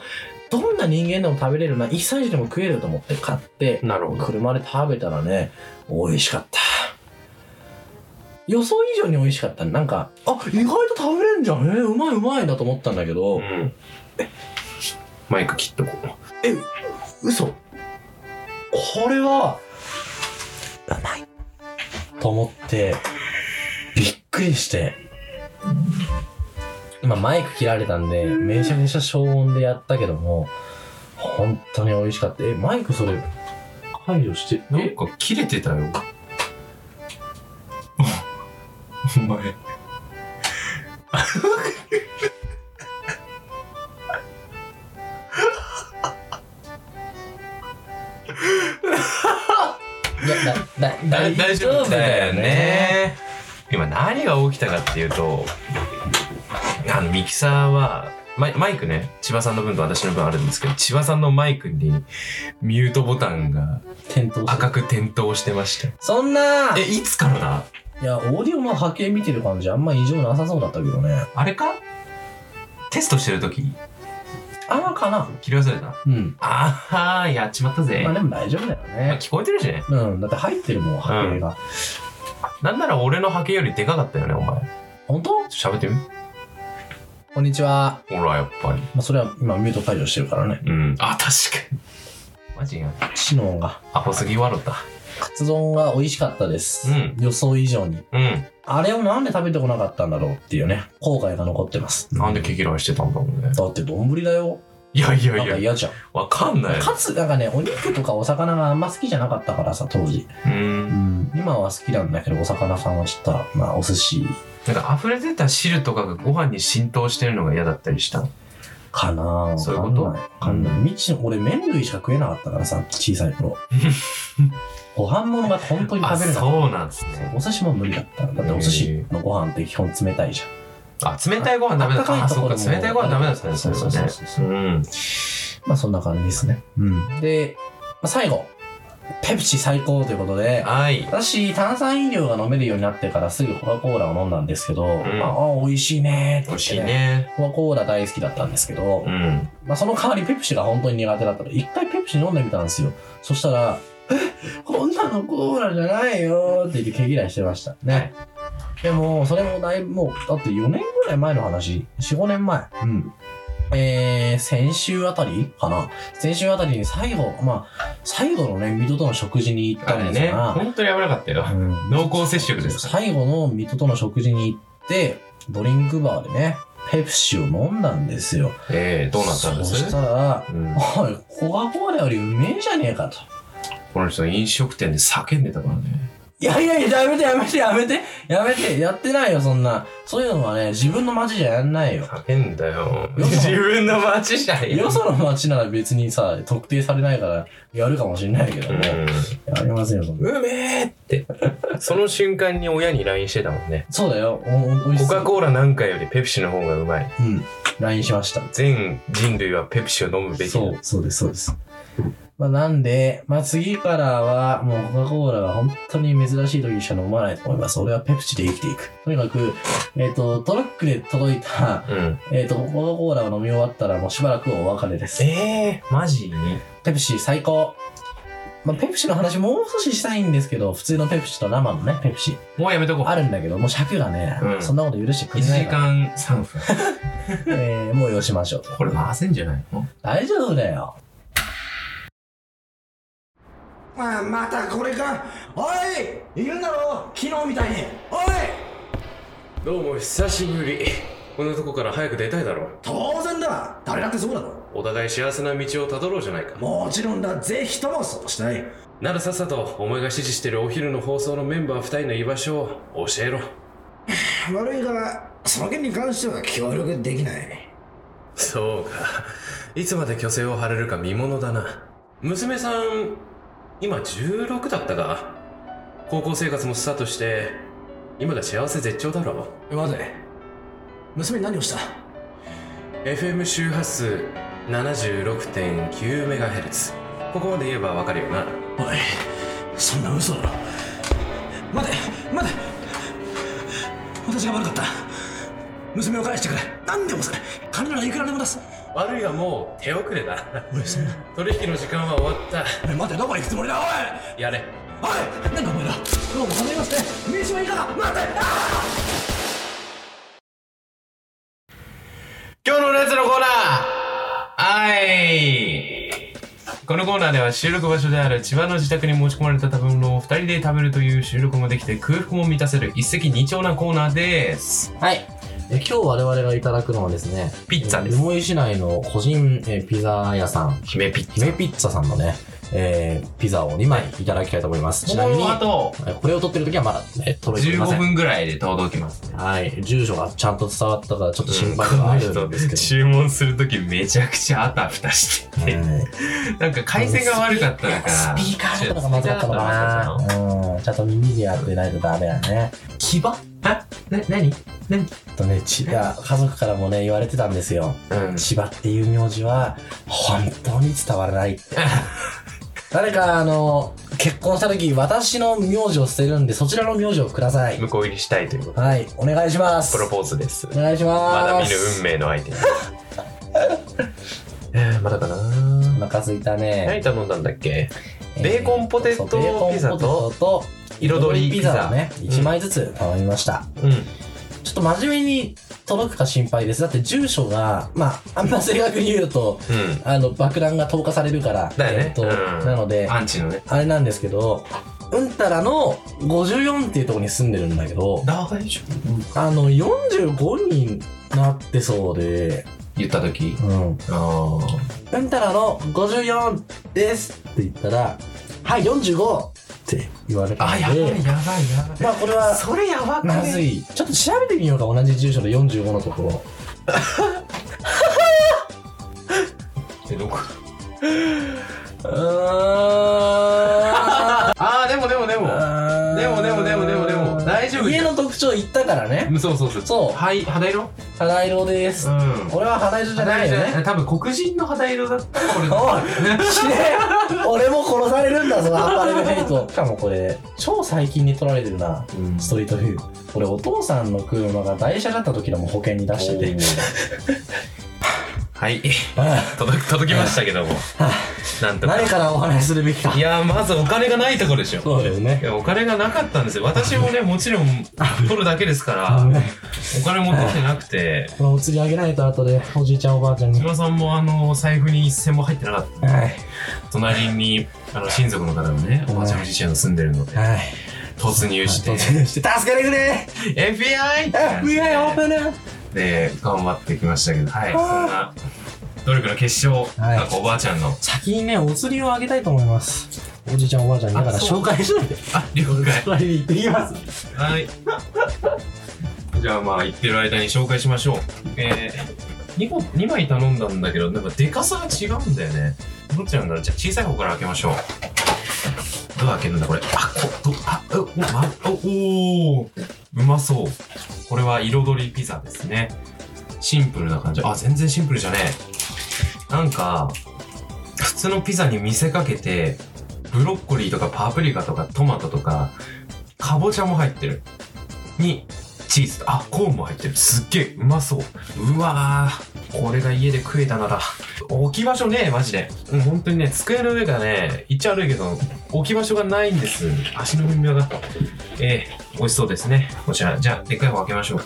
S4: どんな人間でも食べれるな、一歳児でも食えると思って買って、
S3: なるほど
S4: 車で食べたらね、美味しかった。予想以上に美味しかった。なんか、あ、意外と食べれんじゃん。えー、うまいうまいだと思ったんだけ
S3: う
S4: ど、
S3: んマイク切っとこう
S4: 嘘。これは、うまい。と思って、びっくりして。今マイク切られたんで、めちゃめちゃ消音でやったけども、本当に美味しかった。え、マイクそれ、解除して、
S3: なんか切れてたよ
S1: お前。
S4: いやだだ
S3: だ
S4: 大丈夫だよね。
S3: 今何が起きたかっていうとあのミキサーはマイマイクね千葉さんの分と私の分あるんですけど千葉さんのマイクにミュートボタンが
S4: 点灯する
S3: 赤く点灯してました
S4: そんな
S3: えいつからだ
S4: いや、オーディオの波形見てる感じ、あんま異常なさそうだったけどね。
S3: あれかテストしてる時
S4: ああ、かな。
S3: 切り忘れた
S4: うん。
S3: ああやっちまったぜ、
S4: まあでも大丈夫だよ
S3: まあ
S4: ね。
S3: 聞こえてるしね
S4: うん。だって入ってるもん、波形が。
S3: なんなら俺の波形よりでかかったよねお前
S4: 本当
S3: ちょっと喋ってみ
S4: こんにちは。
S3: ほらやっぱり
S4: まあ、それは今ミュート解除してるからね。
S3: うんあ確かにマジや
S4: シノンが。
S3: アホすぎ笑った
S4: カツ丼が美味しかったです。
S3: うん
S4: 予想以上に。
S3: うん
S4: あれをなんで食べてこなかったんだろうっていうね。後悔が残ってます。
S3: なんで毛嫌いしてたんだろうね。
S4: だって丼だよ。
S3: いやい
S4: な
S3: や
S4: んか
S3: いや、
S4: 嫌じゃん。
S3: わかんない。
S4: かつ、なんかね、お肉とかお魚があんま好きじゃなかったからさ、当時。
S3: うん。
S4: 今は好きなんだけど、お魚さんはちょっと、まあ、お寿司
S3: なんか溢れ出た汁とかがご飯に浸透してるのが嫌だったりしたの。
S4: かなぁ
S3: そういうこと
S4: わかんない。わかんない未知の、俺麺類しか食えなかったからさ、小さ い頃。ご飯物が本当に
S3: あ、
S4: 食べれなかっ
S3: そうなんです
S4: た。
S3: ね。
S4: お寿司も無理だった。だってお寿司のご飯って基本冷たいじゃん。
S3: あ、冷たいご飯ダメだった。あ、
S4: と
S3: そうか、
S4: ころも
S3: 冷たいご飯ダメだったんです
S4: そう
S3: ね。
S4: そうそうそうそう。
S3: うん。
S4: まあそんな感じですね。うん。で、まあ、最後。ペプシ最高ということで、
S3: はい。
S4: 私、炭酸飲料が飲めるようになってからすぐコカ・コーラを飲んだんですけど、
S3: ん
S4: まああ、美味しい
S3: 美
S4: ねーって
S3: 味しい
S4: 言って、ね、
S3: ね。
S4: コカ・コーラ大好きだったんですけど、
S3: うん。
S4: まあ、その代わりペプシが本当に苦手だったので、一回ペプシ飲んでみたんですよ。そしたら、えこんなのコーラじゃないよーって言って毛嫌いしてました。ね。でも、それもだいぶ、もう、だって4年ぐらい前の話、4、5年前。うん。えー、先週あたりかな先週あたりに最後、まあ、最後のね、水戸との食事に行った
S3: あ
S4: ん
S3: れ
S4: です
S3: ね、
S4: が、
S3: 本当に危なかったよ。
S4: うん
S3: 濃厚接触ですから。
S4: 最後の水戸との食事に行って、ドリンクバーでね、ペプシを飲んだんですよ。
S3: ええどうなったんで
S4: そし
S3: す
S4: たら、
S3: うん、
S4: おい、コカ・コーラよりうめえじゃねえかと。
S3: この人飲食店で叫んでたからね
S4: いやいやいや、やめてやめてやめてやめてやってないよ、そんな。そういうのはね、自分の街じゃやんないよ。
S3: 叫んだよ
S4: よ そ
S3: 自分の街じゃん
S4: よその街なら別にさ、特定されないから、やるかもしれないけどね。やりませんよ、そんな。
S3: うん、うめえってその瞬間に親に LINE してたもんね
S4: そうだよ、お、お、いし
S3: コ
S4: そう
S3: カ・コーラなんかよりペプシの方がうまい
S4: うん。LINE しました。
S3: 全人類はペプシを飲むべきだ
S4: そう、そうです、そうです。まあ、なんで、まあ、次からは、もうコカ・コーラは本当に珍しい時にしか飲まないと思います。俺はペプチで生きていく。とにかく、えっ、と、トラックで届いた、
S3: うん
S4: えっ、と、コカ・コーラを飲み終わったらもうしばらくお別れです。
S3: ええマジ
S4: ペプシ最高。まあ、ペプシの話もう少ししたいんですけど、普通のペプシと生のね、ペプシ。
S3: もうやめとこう
S4: あるんだけど、もう尺がね、
S3: うん
S4: そんなこと許してく
S3: 1
S4: れな
S3: 時
S4: いから。
S3: 間3分
S4: えー、もうよしましょうと。
S3: これ回せんじゃないの
S4: 大丈夫だよ。
S6: ああ、またこれか。おいいるんだろ昨日みたいに。おい
S3: どうも久しぶりこんなとこから早く出たいだろう
S6: 当然だ誰だってそうだろ
S3: お互い幸せな道をたどろうじゃないか
S6: もちろんだ、ぜひともそうしたい。
S3: ならさっさとお前が支持してるお昼の放送のメンバー2人の居場所を教えろ
S6: 悪いが、その件に関しては協力できない。
S3: そうかいつまで虚勢を張れるか見ものだな娘さん今16だったか高校生活もスタートして今が幸せ絶頂だろ
S6: 待て。娘に何をした
S3: FM 周波数 76.9MHz ここまで言えばわかるよな
S6: おいそんな嘘だろ待て待て私が悪かった娘を返してくれ何でもする金ならいくらでも出す
S3: 悪いがもう手遅れだ
S6: おいそんな
S3: 取引の時間は終わった
S6: おい待てどこ行くつもりだ
S3: やれ
S6: おいおい何だお前らどうも頼みますね名刺はいいから待てあ
S3: 今日のレッツのコーナーはいこのコーナーでは収録場所である千葉の自宅に持ち込まれた食べ物を2人で食べるという収録もできて空腹も満たせる一石二鳥なコーナーです
S4: はい。え今日我々がいただくのはですね、
S3: ピッツァです
S4: えー留萌市内の個人えーピザ屋さん、
S3: 姫ピッ
S4: 姫ピッツァさんのね、えーピザを2枚いただきたいと思います。ちなみに
S3: もう、あと
S4: えーこれを撮ってる時はまだ、えー届いていませ
S3: 15
S4: ん。
S3: 分ぐらいで届きます
S4: はい。住所がちゃんと伝わったかちょっと心配があるんですけど。
S3: 注文するときめちゃくちゃあたふたしてて、
S4: うん
S3: なんか回線が悪かったのか
S4: スピーカーだったのがまずかったのかな。うん。ちゃんと耳でやってないとダメだね。牙
S3: な何
S4: えっとね、ち、いや家族からもね、言われてたんですよ。
S3: うん
S4: 千葉っていう名字は本当に伝わらないって 誰かあの結婚した時私の名字を捨てるんでそちらの名字をください
S3: 向こう入りしたいということ
S4: はいお願いします
S3: プロポーズです
S4: お願いします
S3: まだ見ぬ運命の相手 えー、まだかな
S4: お腹すいたね
S3: 何頼んだんだっけ
S4: えー
S3: ベーコンポテト
S4: そうベーコン
S3: ピザ
S4: ポ
S3: と
S4: テトと
S3: 彩りピザ
S4: をね1枚ずつ頼みました、
S3: うん
S4: ちょっと真面目に届くか心配ですだって住所がまああんま正確に言うと
S3: う
S4: あの爆弾が投下されるから
S3: だよね
S4: えっと
S3: うん
S4: なので
S3: んアンチのね
S4: あれなんですけど、うんたらの54っていうところに住んでるんだけど、
S3: 大丈夫
S4: あの、45になってそうで、
S3: 言った時
S4: うん。
S3: あ
S4: うんたらの54ですって言ったら、はい、45! って言われた
S3: あやば
S4: の
S3: いやば
S4: で
S3: い、やば、
S4: まあこれはい
S3: それやばく
S4: ま
S3: ない
S4: ずい。ちょっと調べてみようか、同じ住所の45のとこ ろ。
S3: えどこ
S4: うーん。
S3: あーでもでもでもでもでもでもでもでも大丈夫
S4: 家の特徴言ったからね。
S3: うんそうそうそう
S4: そう
S3: はい肌色
S4: 肌色です。
S3: ん
S4: 俺は肌色じゃないよね。
S3: 多分黒人の肌色だったらこれ
S4: おい死ね俺も殺されるんだぞアパレルヘイトしかもこれ超最近に撮られてるな
S3: うん
S4: ストリートビュー俺お父さんの車が台車だった時でも保険に出してて
S3: はい
S4: あ
S3: 届き届きましたけどもなん
S4: あ
S3: とか
S4: 何からお話しするべきか
S3: いやーまずお金がないところでしょ
S4: そうです
S3: い
S4: ね
S3: やお金がなかったんですよ私もねもちろん取るだけですからお金持ってきてなくて
S4: このお釣り上げないと後でおじいちゃんおばあちゃんに
S3: 千葉さんもあの財布に一銭も入ってなかった
S4: はい
S3: 隣にあの親族の方がねおばあちゃんおじいちゃんが住んでるので
S4: はい
S3: 突入して
S4: 突然して助けてくれ
S3: FBI!
S4: あ !VI オープン
S3: えー頑張ってきましたけど、はい、そんな努力の結晶、
S4: はい
S3: なんかおばあちゃんの、
S4: 先にね、お釣りをあげたいと思います。おじいちゃんおばあちゃんに、だから紹介しないで。
S3: あ、了解。
S4: お釣りに行ってきます。
S3: はい。じゃあまあ、言ってる間に紹介しましょう。えー、2, 個2枚頼んだんだけど、なんかでかさが違うんだよね。どっちなんだろうじゃあ小さい方から開けましょう。どう開けるんだこれ。あ、こ、ど、あ、う、お、ま、お、おーうまそう。これは彩りピザですね。シンプルな感じ。あ、全然シンプルじゃねえ。なんか、普通のピザに見せかけて、ブロッコリーとかパプリカとかトマトとか、かぼちゃも入ってるにチーズとあコーンも入ってるすっげえうまそううわーこれが家で食えたなら置き場所ねえマジでうん本当にね机の上がね言っちゃ悪いけど置き場所がないんです足の踏み場がええ美味しそうですねこちらじゃあでっかい方開けましょう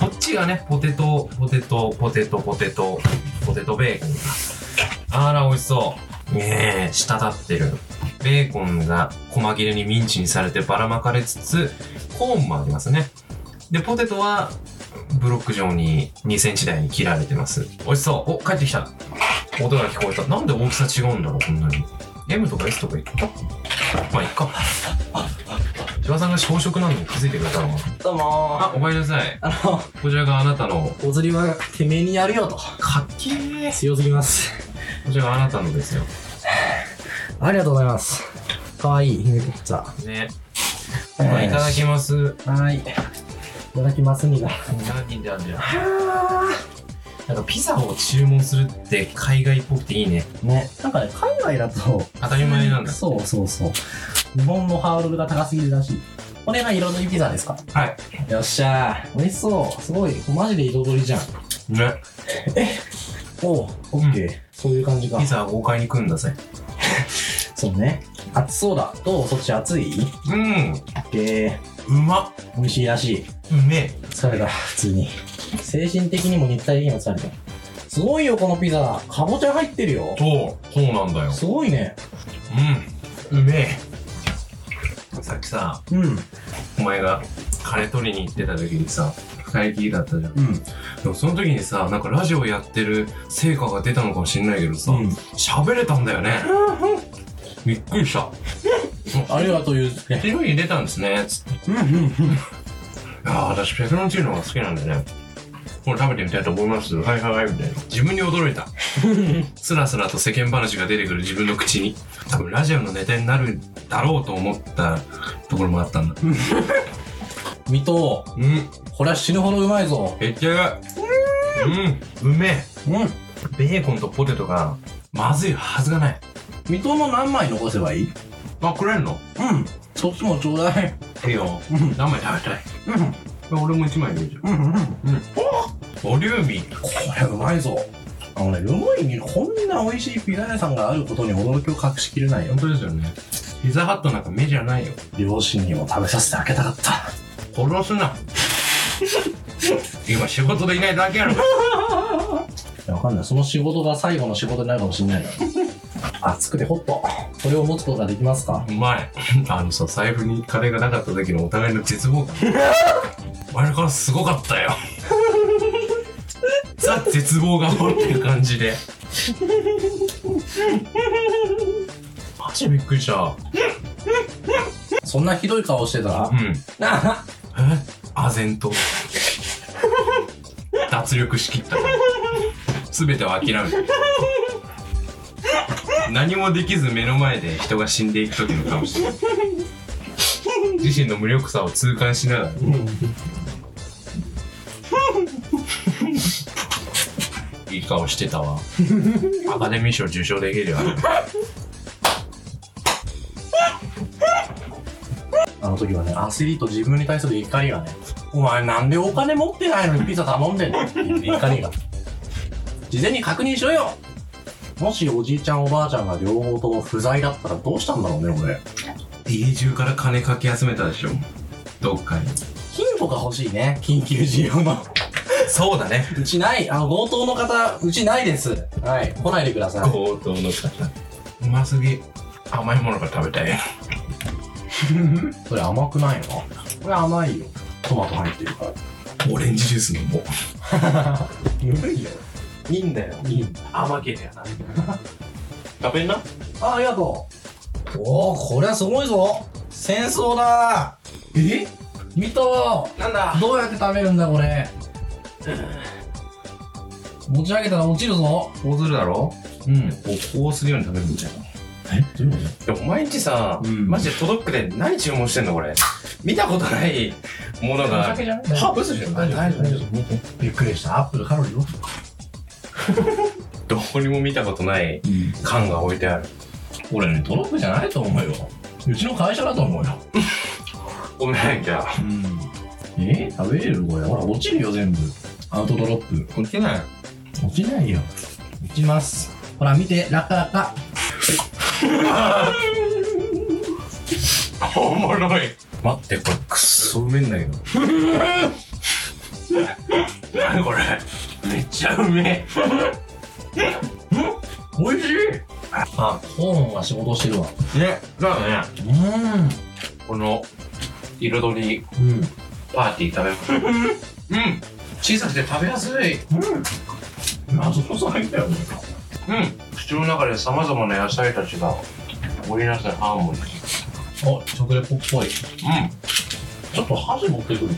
S3: こっちがねポテトポテトポテトポテトポテトベーコンあら美味しそうねえ滴ってるベーコンが細切れにミンチにされてばらまかれつつ、コーンもありますね。で、ポテトはブロック状に2センチ台に切られてます。美味しそう。お、帰ってきた。音が聞こえた。なんで大きさ違うんだろう、こんなに。M とか S とか言ったまあ、いっか。千葉さんが小食なのに気づいてくれたのかな
S4: どうも
S3: あ、おかえりなさい。
S4: あの、
S3: こちらがあなたの、
S4: お釣りはてめえにやるよと。
S3: かっけー。
S4: 強すぎます。
S3: こちらがあなたのですよ。
S4: ありがとうございます。かわいい、ひねこっちゃ。
S3: ね。まあいただきます。
S4: はい。いただきますにが。
S3: 何であんじゃんなんかピザを注文するって海外っぽくていいね
S4: ね。なんかね、海外だと、
S3: 当たり前なんだ
S4: そうそうそう。日本のハードルが高すぎるらしい。これが彩りピザですか
S3: はい
S4: よっしゃー。美味しそう。すごい。マジで彩りじゃん。
S3: ね
S4: おう、オッケー。そういう感じか
S3: ピ。ザは豪快に食うんだぜ
S4: そうね。熱そうだ。どうそっち熱い
S3: うん
S4: オッケ
S3: うまっ
S4: ー。美味しいらしい。
S3: うめえ
S4: 疲れた。普通に。精神的にも肉体的にも疲れた。すごいよ、このピザ。かぼちゃ入ってるよ。
S3: そうそうなんだよ
S4: すごいね。
S3: うんうめえさっきさ
S4: うん。うん。
S3: お前が金取りに行ってた時にさ二人きりだったじゃんでもその時にさなんかラジオやってる成果が出たのかもしんないけどさ
S4: うん
S3: 喋、れたんだよねびっくりした
S4: ありがとう言う。
S3: っていう風に出たんですねつって
S4: うんうん
S3: ああ、私ペペロンチーノが好きなんでね。これ食べてみたいと思います。はいはいはい、みたいな。自分に驚いた。スラスラと世間話が出てくる自分の口に。多分ラジオのネタになるだろうと思ったところもあったんだ。
S4: うん。水戸、
S3: うん、
S4: これは死ぬほどうまいぞ。
S3: めっちゃうまい。うん、うめえ。
S4: うん。
S3: ベーコンとポテトがまずいはずがない。
S4: 水戸も何枚残せばいい
S3: あ、くれるの
S4: うん。そっちもちょうだい。
S3: いいよ。何枚食べたい
S4: うん。
S3: 俺も1枚でいいじゃん。
S4: うんうん。
S3: ボリューミー。
S4: これうまいぞあのねうまいにこんな美味しいピザ屋さんがあることに驚きを隠しきれないよ
S3: 本当ですよね。ピザハットなんか目じゃないよ。
S4: 両親にも食べさせてあげたかった
S3: 殺すな 今仕事でいないだけやろ
S4: いやわかんないその仕事が最後の仕事になるかもしれない よ熱くてホットそれを持つことができますか
S3: お前あのさ財布に金がなかった時のお互いの絶望感あれからすごかったよザ絶望がっていう感じでマジびっくりした
S4: そんなひどい顔してたら
S3: うんえ唖然 と脱力しきった全てを諦めて何もできず目の前で人が死んでいく時の顔して自身の無力さを痛感しながらいい顔してたわアカデミー賞受賞でき るよ
S4: あの時はねアスリート自分に対する怒りがねお前なんでお金持ってないのにピザ頼んでんのっていう怒りが事前に確認しろよもしおじいちゃんおばあちゃんが両方とも不在だったらどうしたんだろうね俺
S3: 家中から金かき集めたでしょどっかに
S4: 金庫が欲しいね。緊急需要の。
S3: そうだね
S4: うちない。あの、強盗の方、うちないです。はい。来ないでください。
S3: 強盗の方うますぎ甘いものが食べたい
S4: それ甘くないのこれ甘いよ。トマト入ってるから。
S3: オレンジジュース飲もう
S4: むずいよ。
S5: いいんだよ。
S4: いいんだ。
S3: 甘けりゃな。食べんな。
S4: あ、ありがとう。おお、これはすごいぞ。戦争だえ見た
S3: なんだ
S4: どうやって食べるんだ、これ。持ち上げたら落ちるぞ。
S3: こうするだろ
S4: うん。
S3: こうこうするように食べるんじゃん。
S4: えどういう
S3: で
S4: こ
S3: も毎日さ、
S4: うん
S3: マジでトドックで何注文してんのこれ。見たことないものが。
S4: じゃん
S3: ハーブじゃない
S4: 大丈夫、大丈夫。びっくりした。アップルカロリーよ。
S3: どこにも見たことない
S4: うん。
S3: 缶が置いてある。
S4: これね、トロップじゃないと思うよ。うちの会社だと思うよ。
S3: ごめん、じゃあ。
S4: うん。え食べれるこれ。ほら、落ちるよ、全部。アウトドロップ。
S3: 置いてない。
S4: 落ちないよ。落ちます。ほら、見て、落下落下。
S3: おもろい。待って、これくっそうめえんだけど。何これめっちゃうめえ。
S4: おいしいあ、コーンが仕事してるわ。
S3: ね、だよね。
S4: う
S3: この彩り
S4: ん。うん。
S3: パーティー食べ物。うん。小さくて食べやすい。
S4: 謎こそ入ったよ、ね。
S3: うん。口の中でさまざまな野菜たちが織りなさいハーモニー。
S4: お、食レポっぽい。
S3: うん。
S4: ちょっと箸持ってくる。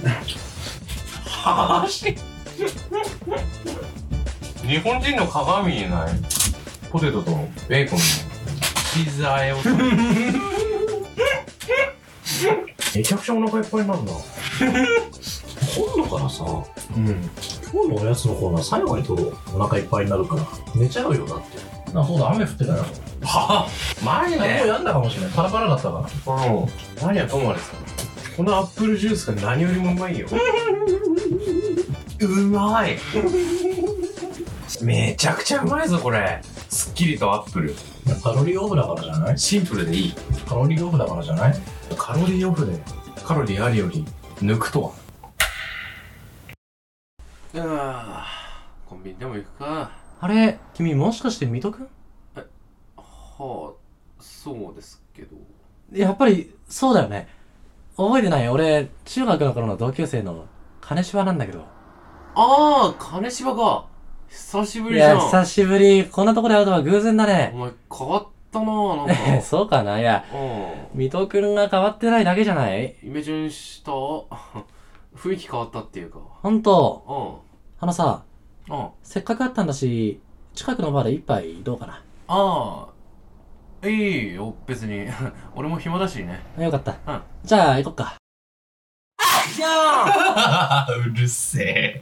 S3: 箸日本人の鏡にないポテトとベーコンのチーズ和えをめちゃくちゃお腹いっぱいになるんだ
S4: 今度からさ、
S3: うん
S4: 今日のおやつのコーナー最後に取ろう。お腹いっぱいになるから。寝ちゃうよ、だって。あ、そうだ、雨降ってたよ。も
S3: はあマジ
S4: う
S3: で
S4: やんだかもしれない。パラパラだったから。
S3: この何やともあれさこのアップルジュースが何よりもうまいようまいめちゃくちゃうまいぞこれすっきりとアップル
S4: いやカロリーオフだからじゃない
S3: シンプルでいい
S4: カロリーオフだからじゃない
S3: カロリーオフでカロリーあるより抜くとはああコンビニでも行くか
S5: あれ、君もしかして水戸くん
S3: はあそうですけど
S5: やっぱり、そうだよね。覚えてない俺、中学の頃の同級生の金芝なんだけど。
S3: ああ金芝か久しぶ
S5: い
S3: りじゃ
S5: や、
S3: ん
S5: 久しぶり。こんなとこで会うとは偶然だ
S3: お
S5: ね。
S3: 前変わったなあなん か
S5: そうかないや、
S3: う
S5: 水戸くんが変わってないだけじゃない
S3: んイメチェンした 雰囲気変わったっていうか
S5: ほんと、
S3: うん
S5: あのさ、
S3: うんあ
S5: せっかく会ったんだし、近くのバーで一杯どうかな。
S3: あいいよ別に 俺も暇だしね
S5: あよかった。
S3: うん
S5: じゃあ、行こっか。
S4: うるせえ。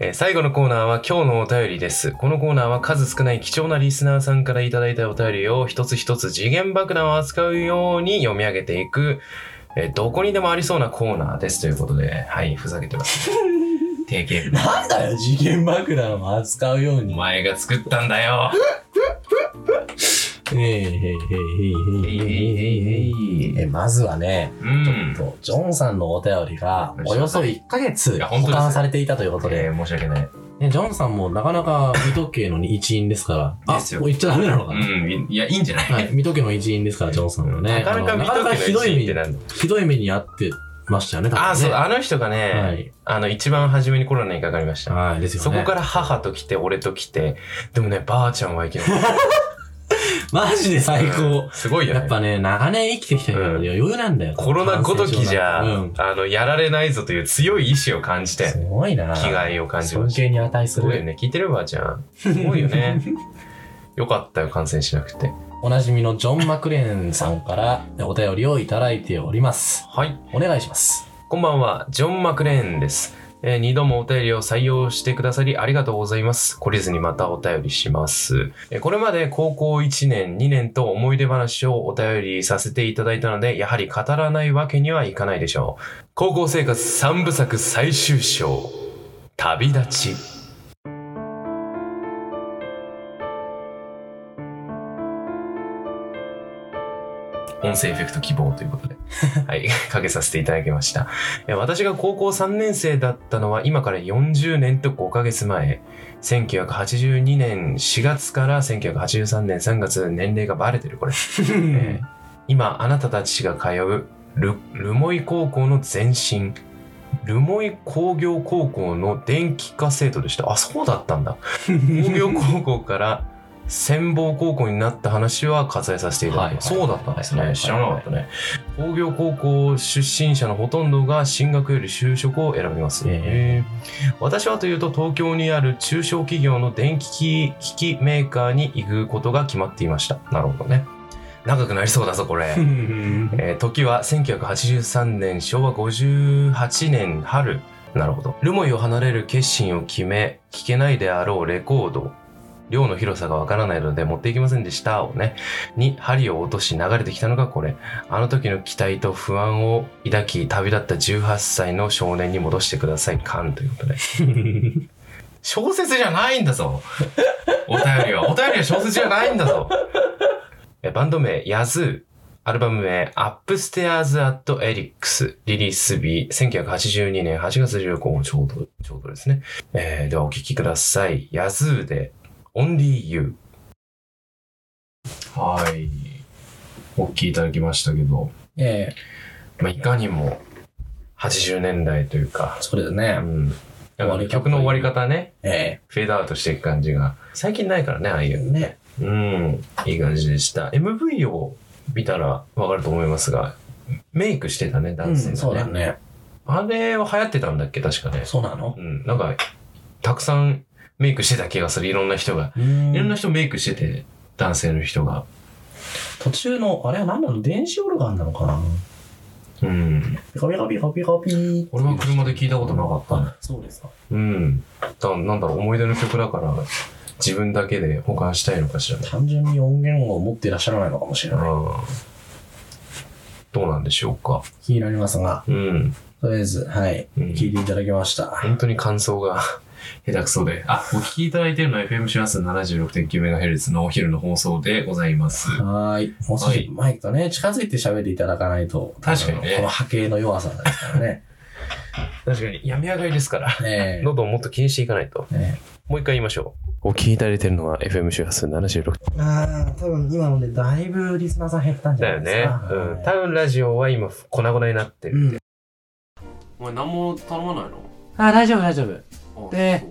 S3: えー最後のコーナーは今日のお便りです。このコーナーは数少ない貴重なリスナーさんからいただいたお便りを一つ一つ次元爆弾を扱うように読み上げていく、えーどこにでもありそうなコーナーですということで、はい、ふざけて ます。定型文
S4: なんだよ、次元爆弾を扱うよう
S3: お
S4: に。
S3: 前が作ったんだよ。
S4: えいえいえいえいえいえいえいえまずはね、
S3: うん。
S4: とジョンさんのお便りがおよそ1ヶ月
S3: いや本当
S4: 保
S3: です
S4: 管されていたということ
S3: え
S4: で、
S3: ー申し訳ない。
S4: ね、ジョンさんもなかなか水戸家の一員ですから、あ、
S3: ですよ
S4: もう言っちゃダメなのかな、
S3: うん、いいや、いいんじゃない
S4: はい、水戸家の一員ですから、ジョンさんもね。
S3: なかなか
S4: あの
S3: 見とけない
S4: ひどい
S3: シーン
S4: 目
S3: って
S4: に、
S3: なんだ。
S4: ひどい目に遭ってましたよね、多分ね
S3: あ、そう、あの人がね、
S4: はい。
S3: あの、一番初めにコロナにかかりました。
S4: はい、ですよね。
S3: そこから母と来て、俺と来て、でもね、ばあちゃんはいけない。
S4: マジで最高。
S3: すごいよね。
S4: やっぱね、長年生きてきた人は余裕なんだよ。
S3: コロナごときじゃ、
S4: うん。
S3: あの、やられないぞという強い意志を感じ
S4: す
S3: て、
S4: ごいな。
S3: 気概を感じま
S4: 尊
S3: した。
S4: 敬に値す
S3: すごいよ
S4: る。
S3: ね。聞いてるばあちゃん。すごいよ ね。よかったよ、感染しなくて。
S4: おなじみのジョン・マクレーンさんからお便りをいただいております。
S3: はい。
S4: お願い します。
S3: こんばんは、ジョン・マクレーンです。えー二度もお便りを採用してくださりありがとうございます。懲りずにまたお便りします。えーこれまで高校1年、2年と思い出話をお便りさせていただいたので、やはり語らないわけにはいかないでしょう。高校生活3部作最終章、旅立ち。音声エフェクト希望ということで、 はい、かけさせていただきました。えー私が高校3年生だったのは今から40年と5ヶ月前1982年4月から1983年3月年齢がバレて るこれ、えー今あなたたちが通うルルモイ高校の前身留萌工業高校の電気科生徒でしたあそうだった んだ工業高校から専門高校になった話は割愛させていただきます、
S1: はいはい
S3: そうだったんですね、
S1: はいはい
S3: 知らなかったね工業高校出身者のほとんどが進学より就職を選びます、
S1: へ
S3: 私はというと東京にある中小企業の電気機器メーカーに行くことが決まっていましたなるほどね長くなりそうだぞこれえー時は1983年昭和58年春なるほどルモイを離れる決心を決め聴けないであろうレコード量の広さがわからないので持っていきませんでしたをねに針を落とし流れてきたのがこれあの時の期待と不安を抱き旅立った18歳の少年に戻してくださいカンという ことで小説じゃないんだぞお便りはお便りは小説じゃないんだぞえバンド名ヤズーアルバム名、アップステアーズ・アット・エリックス、リリース日、1982年8月15日、ちょうど、ちょうどですね。えーではお聴きください。ヤズーで、Only You。はい。お聴きいただきましたけど、
S4: ええ
S3: まあ、いかにも、80年代というか、
S4: そうです
S3: う
S4: ね。
S3: ん。だから
S4: 終わり方
S3: 曲の終わり方ね、
S4: え
S3: フェードアウトしていく感じが、最近ないからね、ああい
S4: え
S3: う。
S4: ね。
S3: うん、いい感じでした。MV を見たらわかると思いますが、メイクしてたね、男性がね。
S4: そうだね。
S3: あれは流行ってたんだっけ、確かね。
S4: そうなの
S3: うん、なんか、たくさんメイクしてた気がする、いろんな人が。いろんな人メイクしてて、男性の人が。
S4: 途中の、あれは何なの電子オルガンなのかな
S3: うん。
S4: ピカピカピカピカピー
S3: 俺は車で聞いたことなかったね。
S4: そうですか。
S3: うん。だなんだろう、思い出の曲だから、自分だけで保管したいのかしらね。
S4: 単純に音源を持っていらっしゃらないのかもしれ
S3: うん
S4: ない。。
S3: どうなんでしょうか。
S4: 気になりますが、
S3: うん。
S4: とりあえず、はい、
S3: うん
S4: 聞いていただきました。
S3: 本当に感想 が下手くそで。あ、お聞きいただいているのは FM 周波数 76.9MHz のお昼の放送でございます。
S4: はーい。もう少
S3: はい
S4: しマイクとね、近づいて喋っていただかないと、
S3: 確かにね
S4: あのこの波形の弱さですから ね。
S3: 確かに、病み上がりですから。
S4: え
S3: 喉をもっと気にしていかないと。
S4: えね
S3: もう一回言いましょう。お聞きいただいているのは FM 周波数76。
S4: えああ、多分今のでだいぶリスナーさん減ったんじ
S3: だ
S4: ゃな
S3: よ
S4: い
S3: ね
S4: ですか。。
S3: うん。多分ラジオは今粉々になってるって。
S1: お前何も頼まないの
S8: あ、大丈夫、大丈夫。
S1: あ
S8: で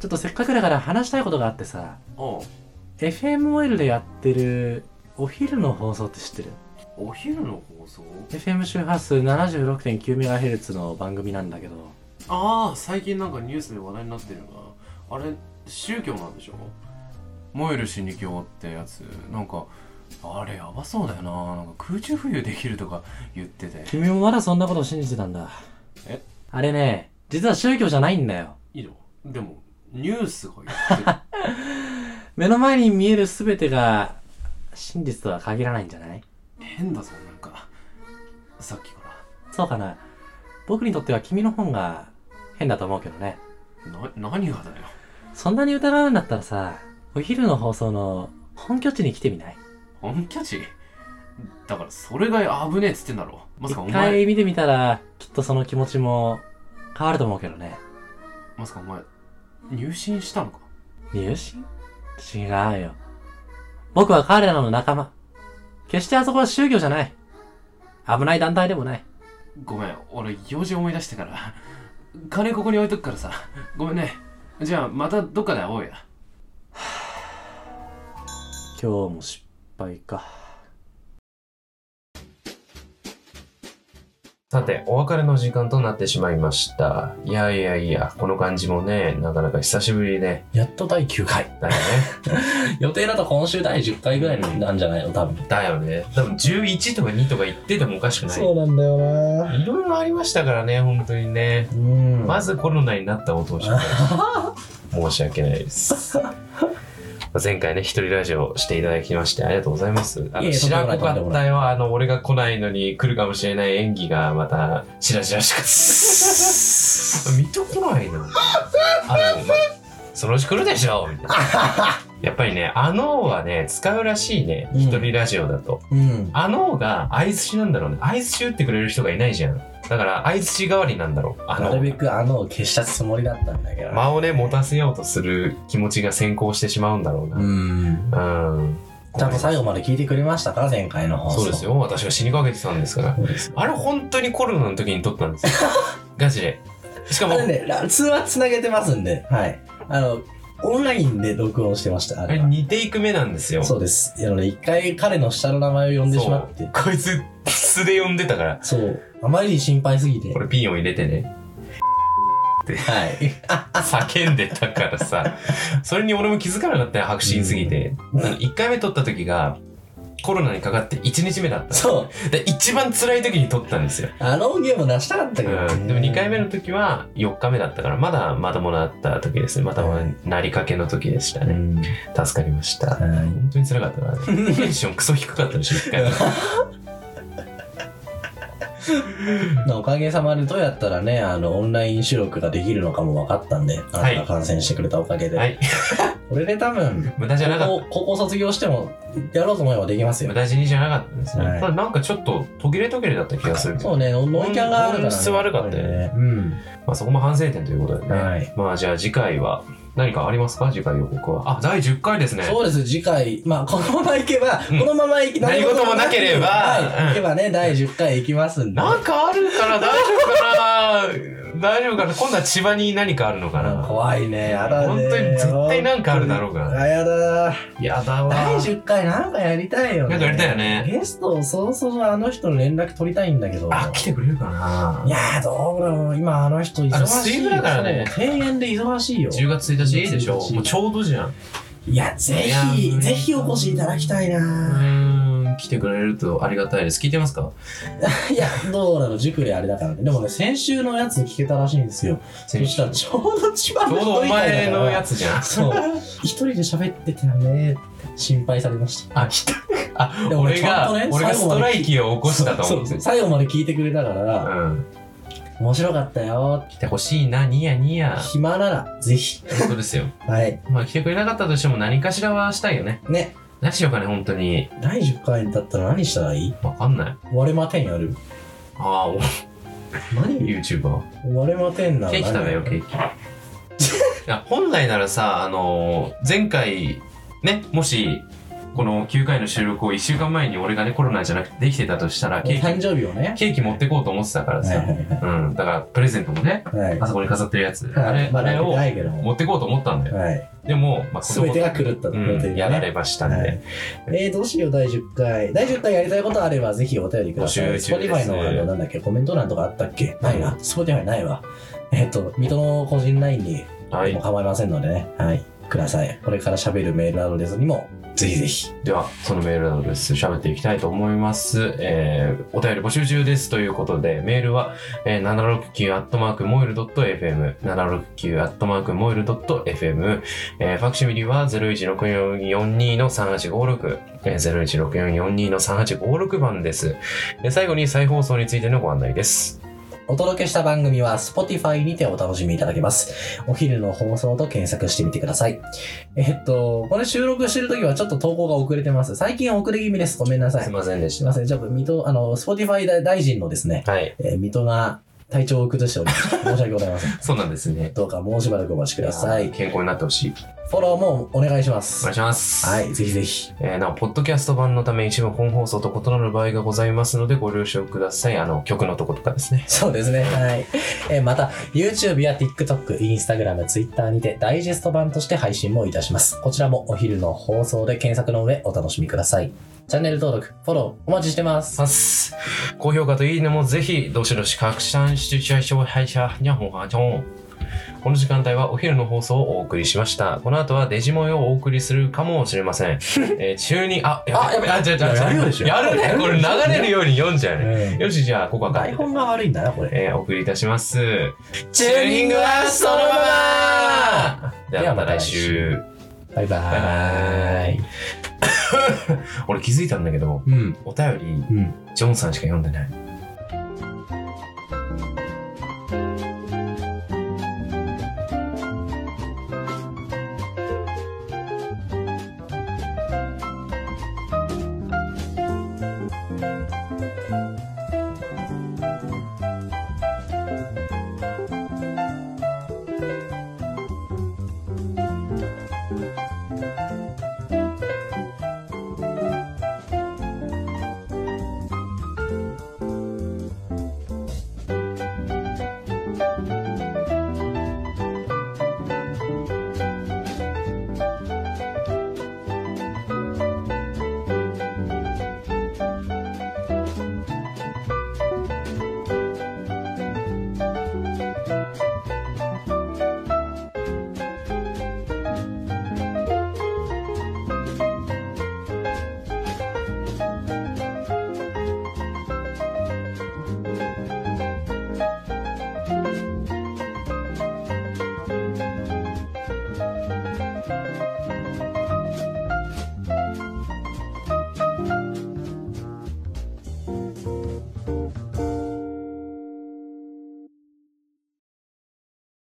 S8: ちょっとせっかくだから話したいことがあってさ、
S1: そう
S8: FM オイルでやってるお昼の放送って知ってる
S1: うんお昼の放送
S8: ?FM 周波数 76.9MHz の番組なんだけど、
S1: ああ最近なんかニュースで話題になってるなあれ宗教なんでしょ燃える神理教ってやつなんかあれやばそうだよななんか空中浮遊できるとか言ってて
S8: 君もまだそんなことを信じてたんだ。
S1: え
S8: あれね、実は宗教じゃないんだよ。
S1: いいのでもニュースが言ってる
S8: 目の前に見える全てが真実とは限らないんじゃない
S1: 変だぞなんかさっきか
S8: そうかな。僕にとっては君の本が変だと思うけどね。
S1: らな何がだよ
S8: そんなに疑うんだったらさ、お昼の放送の本拠地に来てみない
S1: 本拠地だからそれが危ねえっつってんだろまさかお
S8: 一
S1: 前
S8: 回見てみたら、きっとその気持ちも変わると思うけどね。
S1: まさかお前入信したのか
S8: 入信違うよ。僕は彼らの仲間。決してあそこは宗教じゃない。危ない団体でもない。
S1: ごめん俺用事思い出してから金ここに置いとくからさごめんねじゃあまたどっかで会おうや
S8: 今日も失敗か。
S3: さて、お別れの時間となってしまいました。いやいやいや、この感じもね、なかなか久しぶりね。
S4: やっと第9回。
S3: だよね。
S4: 予定だと今週第10回ぐらいなんじゃないの多分。
S3: だよね。多分11とか2とか言っててもおかしくない。
S4: うなんだよない
S3: ろいろありましたからね、本当にね。
S4: うん。
S3: まずコロナになったことを紹介して申し訳ないです。前回ね、一人ラジオしていただきましてありがとうございます。あ
S4: いえ
S3: の、
S4: いえ
S3: 白子
S4: と
S3: か
S4: んでも
S3: っ
S4: な
S3: たよ。あの、俺が来ないのに来るかもしれない演技がまた、しらしらし く。見てこないな。あの、まそのうち来るでしょみたいな。やっぱりね、あのーはね、使うらしいね。
S4: うん
S3: 一人ラジオだと。
S4: うん。
S3: あのーが相槌なんだろうね。相槌打ってくれる人がいないじゃん。だから相槌代わりなんだろう。あ
S4: な
S3: の
S4: るべくあのを消したつもりだったんだけど。
S3: 間をね、持たせようとする気持ちが先行してしまうんだろう
S4: う
S3: な。
S4: ん。
S5: 음.
S3: うん。
S4: ちゃんと最後まで聞いてくれましたか前回の放送。
S3: そうですよ。私が死にかけてたんですから。
S4: そうですよ。
S3: あれ本当にコロナの時に撮ったんですよ。ガチで。しかも、
S4: なんで、ら通話つなげてますんで、はい。あの、オンラインで録音してました。あ
S3: あ
S4: れ
S3: れ
S4: は
S3: 2テイク目なんですよ。
S4: そうです。なので、一回彼の下の名前を呼んでしまって、
S3: こいつ、素で呼んでたから。
S4: そう、あまりに心配すぎて、
S3: こ
S4: はい。
S3: れピンを入れてね。叫んでたからさ。それに俺も気づかなかったよ、白真すぎて。あの1回目撮った時が、コロナにかかって1日目だった。
S4: そう、
S3: で一番辛い時に撮ったんですよ。
S4: あの音源も出したかったけどね、
S3: うん、でも2回目の時は4日目だったからまだまともだった時ですねまたなりかけの時でした
S4: う
S3: ね、
S4: ん
S3: 助かりました、
S4: はい
S3: 本当に辛かったなテンションクソ低かった でしょ1回目
S4: まあおかげさまでどうやったらね、あの、オンライン収録ができるのかも分かったんで、あなたが感染してくれたおかげで。
S3: はい
S4: これで多分、
S3: 無駄じゃなかっ
S4: 高校高校卒業しても、やろうと思えばできます
S3: た無
S4: よ。
S3: 駄死にじゃなかったんですね、
S4: はい
S3: ただなんかちょっと途切れ途切れだった気がするけど
S4: そうね、ノノイキャンがあるから、ね。
S3: 音質悪かったよね
S4: やぱりうん。
S3: まあ、そこも反省点ということでね、
S4: はい
S3: まあじゃあ次回は何かありますか次回予告はあ第10回ですね
S4: そうです、次回。まあ、このままいけば、
S3: うん
S4: このままいき
S3: 何事もなければ
S4: は
S3: う
S4: い
S3: ん
S4: いけばね、第10回いきますんで。
S3: なんかあるから大丈夫かな大丈夫かな今度は千葉に何かあるのかな
S4: 怖いね、やだね。
S3: 本当に絶対なんかあるだろうが
S4: あ、やだ。
S3: やだわ
S4: 第10回なんかやりたいよね。
S3: なんかやりたいよね
S4: ゲストをそろそろあの人の連絡取りたいんだけど。
S3: あ来てくれるかない
S4: やー、どうだろう。今あの人忙
S3: あの
S4: し
S3: 水
S4: い。
S3: 曜だからね
S4: そう庭園で忙しいよ。
S3: 10月1日いいでしょ
S4: 10月1日
S3: もうちょうどじゃんう
S4: いや、ぜ
S3: いや
S4: ひ、
S3: ー
S4: ぜひお越しいただきたいな。
S3: ーん来てくれるとありがたいです聞いてますか
S4: いや、どうだろう。塾であれだからね。でもね、先週のやつ聞けたらしいんですよ。そ
S3: 先週
S4: したらちょうど千葉
S3: ち
S4: の
S3: ょうどお前のやつじゃん
S4: つ。そう。一人で喋っててね、心配されまし た。
S3: あ来たあ
S4: でも
S3: 俺
S4: ち
S3: が
S4: ゃんとね
S3: 俺が
S4: 最
S3: ス
S4: 後ま
S3: ト
S4: で
S3: ライキを起こしたと思っ
S4: そうそ
S3: て
S4: う最後まで聞いてくれたか
S3: う
S4: ら、
S3: ん
S4: 面白かったよ。
S3: 来てほしいなニヤニヤ
S4: 暇なら、ぜひ。
S3: 本当ですよ
S4: はい。
S3: まあ来てくれなかったとしても何かしらはしたいよね
S4: ね、
S3: 何しようかね本当に
S4: 第10回だったら何したらいい
S3: わかんない
S4: 割れまてんやる。
S3: ああ俺
S4: 何
S3: YouTuber
S4: 割れまてんなら
S3: ケー
S4: 何
S3: キ食べようケーキいや 本来ならさあのー前回ねもしこの9回の収録を1週間前に俺がねコロナじゃなくてできてたとしたら
S4: お
S3: ケー
S4: 誕
S3: キ
S4: 生日をね。
S3: ケーキ持ってこうと思ってたから
S4: はい
S3: さ、う
S4: は
S3: んだからプレゼントもね
S4: いはい。
S3: あ
S4: はい
S3: そこに飾ってるやつ、あ
S4: は
S3: れ
S4: い。ま
S3: あれ
S4: だ
S3: を
S4: ないけども。
S3: 持ってこうと思ったんだよ
S4: はい。
S3: でも、まあ、
S4: すべてが狂った
S3: う
S4: ということ
S3: ん、
S4: で
S3: やら
S4: ね。
S3: れましたんで、
S4: はいえー、どうしよう、第10回。第10回やりたいことあれば、ぜひお便りください。
S3: 募集中です
S4: Spotify の、あの、なんだっけ、コメント欄とかあったっけないな。Spotify ないわ。えっ、と、水戸の個人 LINE に、
S3: はい
S4: もう構いませんのでね。はい。ください。これから喋るメールアドレスにも、ぜひぜひ。
S3: ではそのメールアドレス喋っていきたいと思います、えー、お便り募集中ですということでメールは、えー、769-moil.fm769-moil.fm、えー、ファクシミリは016442-3856、えー、016442-3856番です、えー最後に再放送についてのご案内です
S4: お届けした番組は Spotify にてお楽しみいただけます。お昼の放送と検索してみてください。えっと、これ収録してるときはちょっと投稿が遅れてます。最近遅れ気味です。ごめんなさい。
S3: すい
S4: すい
S3: ませんでし
S4: ま
S3: た
S4: せん。ちょっと、水戸、あの、Spotify 大臣のですね、
S3: はい
S4: えー水戸が体調を崩しておりました。申し訳ございません。
S3: そうなんですね
S4: どうかもうしばらくお待ちください。
S3: 健康になってほしい
S4: フォローもお願いしま
S3: お
S4: す
S3: 願い。します
S4: はい、ぜひぜひ。
S3: えーなお、ポッドキャスト版のため一部本放送と異なる場合がございますのでご了承ください。あの、曲のとことかですね。
S4: そうですね。はい。えーまた、YouTube や TikTok、Instagram、Twitter にてダイジェスト版として配信もいたします。こちらもお昼の放送で検索の上お楽しみください。チャンネル登録、フォローお待ちしてます。
S3: ます。高評価といいねもぜひ、どしどし拡散してちゃいしょ、はいしゃ、にゃほはちょん。この時間帯はお昼の放送をお送りしました。この後はデジモンをお送りするかもしれません。えー中に、あ、やべ、
S4: あやべ
S3: あ、違う違う違う
S4: やるよでしょ
S3: やるね。これ流れるように読んじゃうね。
S4: うん
S3: よし、じゃあ、ここはカッ
S4: 台
S3: トで
S4: 本が悪いんだな、これ。
S3: えー、お送りいたします。チューニングはそのままで
S4: で
S3: は
S4: は
S3: ま
S4: ま
S3: た
S4: た
S3: 来
S4: 来
S3: 週
S4: 週。バイバ
S3: バイバ
S4: ー
S3: イ
S4: イ。
S3: 俺気づいたんだけど、
S5: 음.
S4: うん。
S3: お便り、
S4: うん
S3: ジョンさんしか読んでない。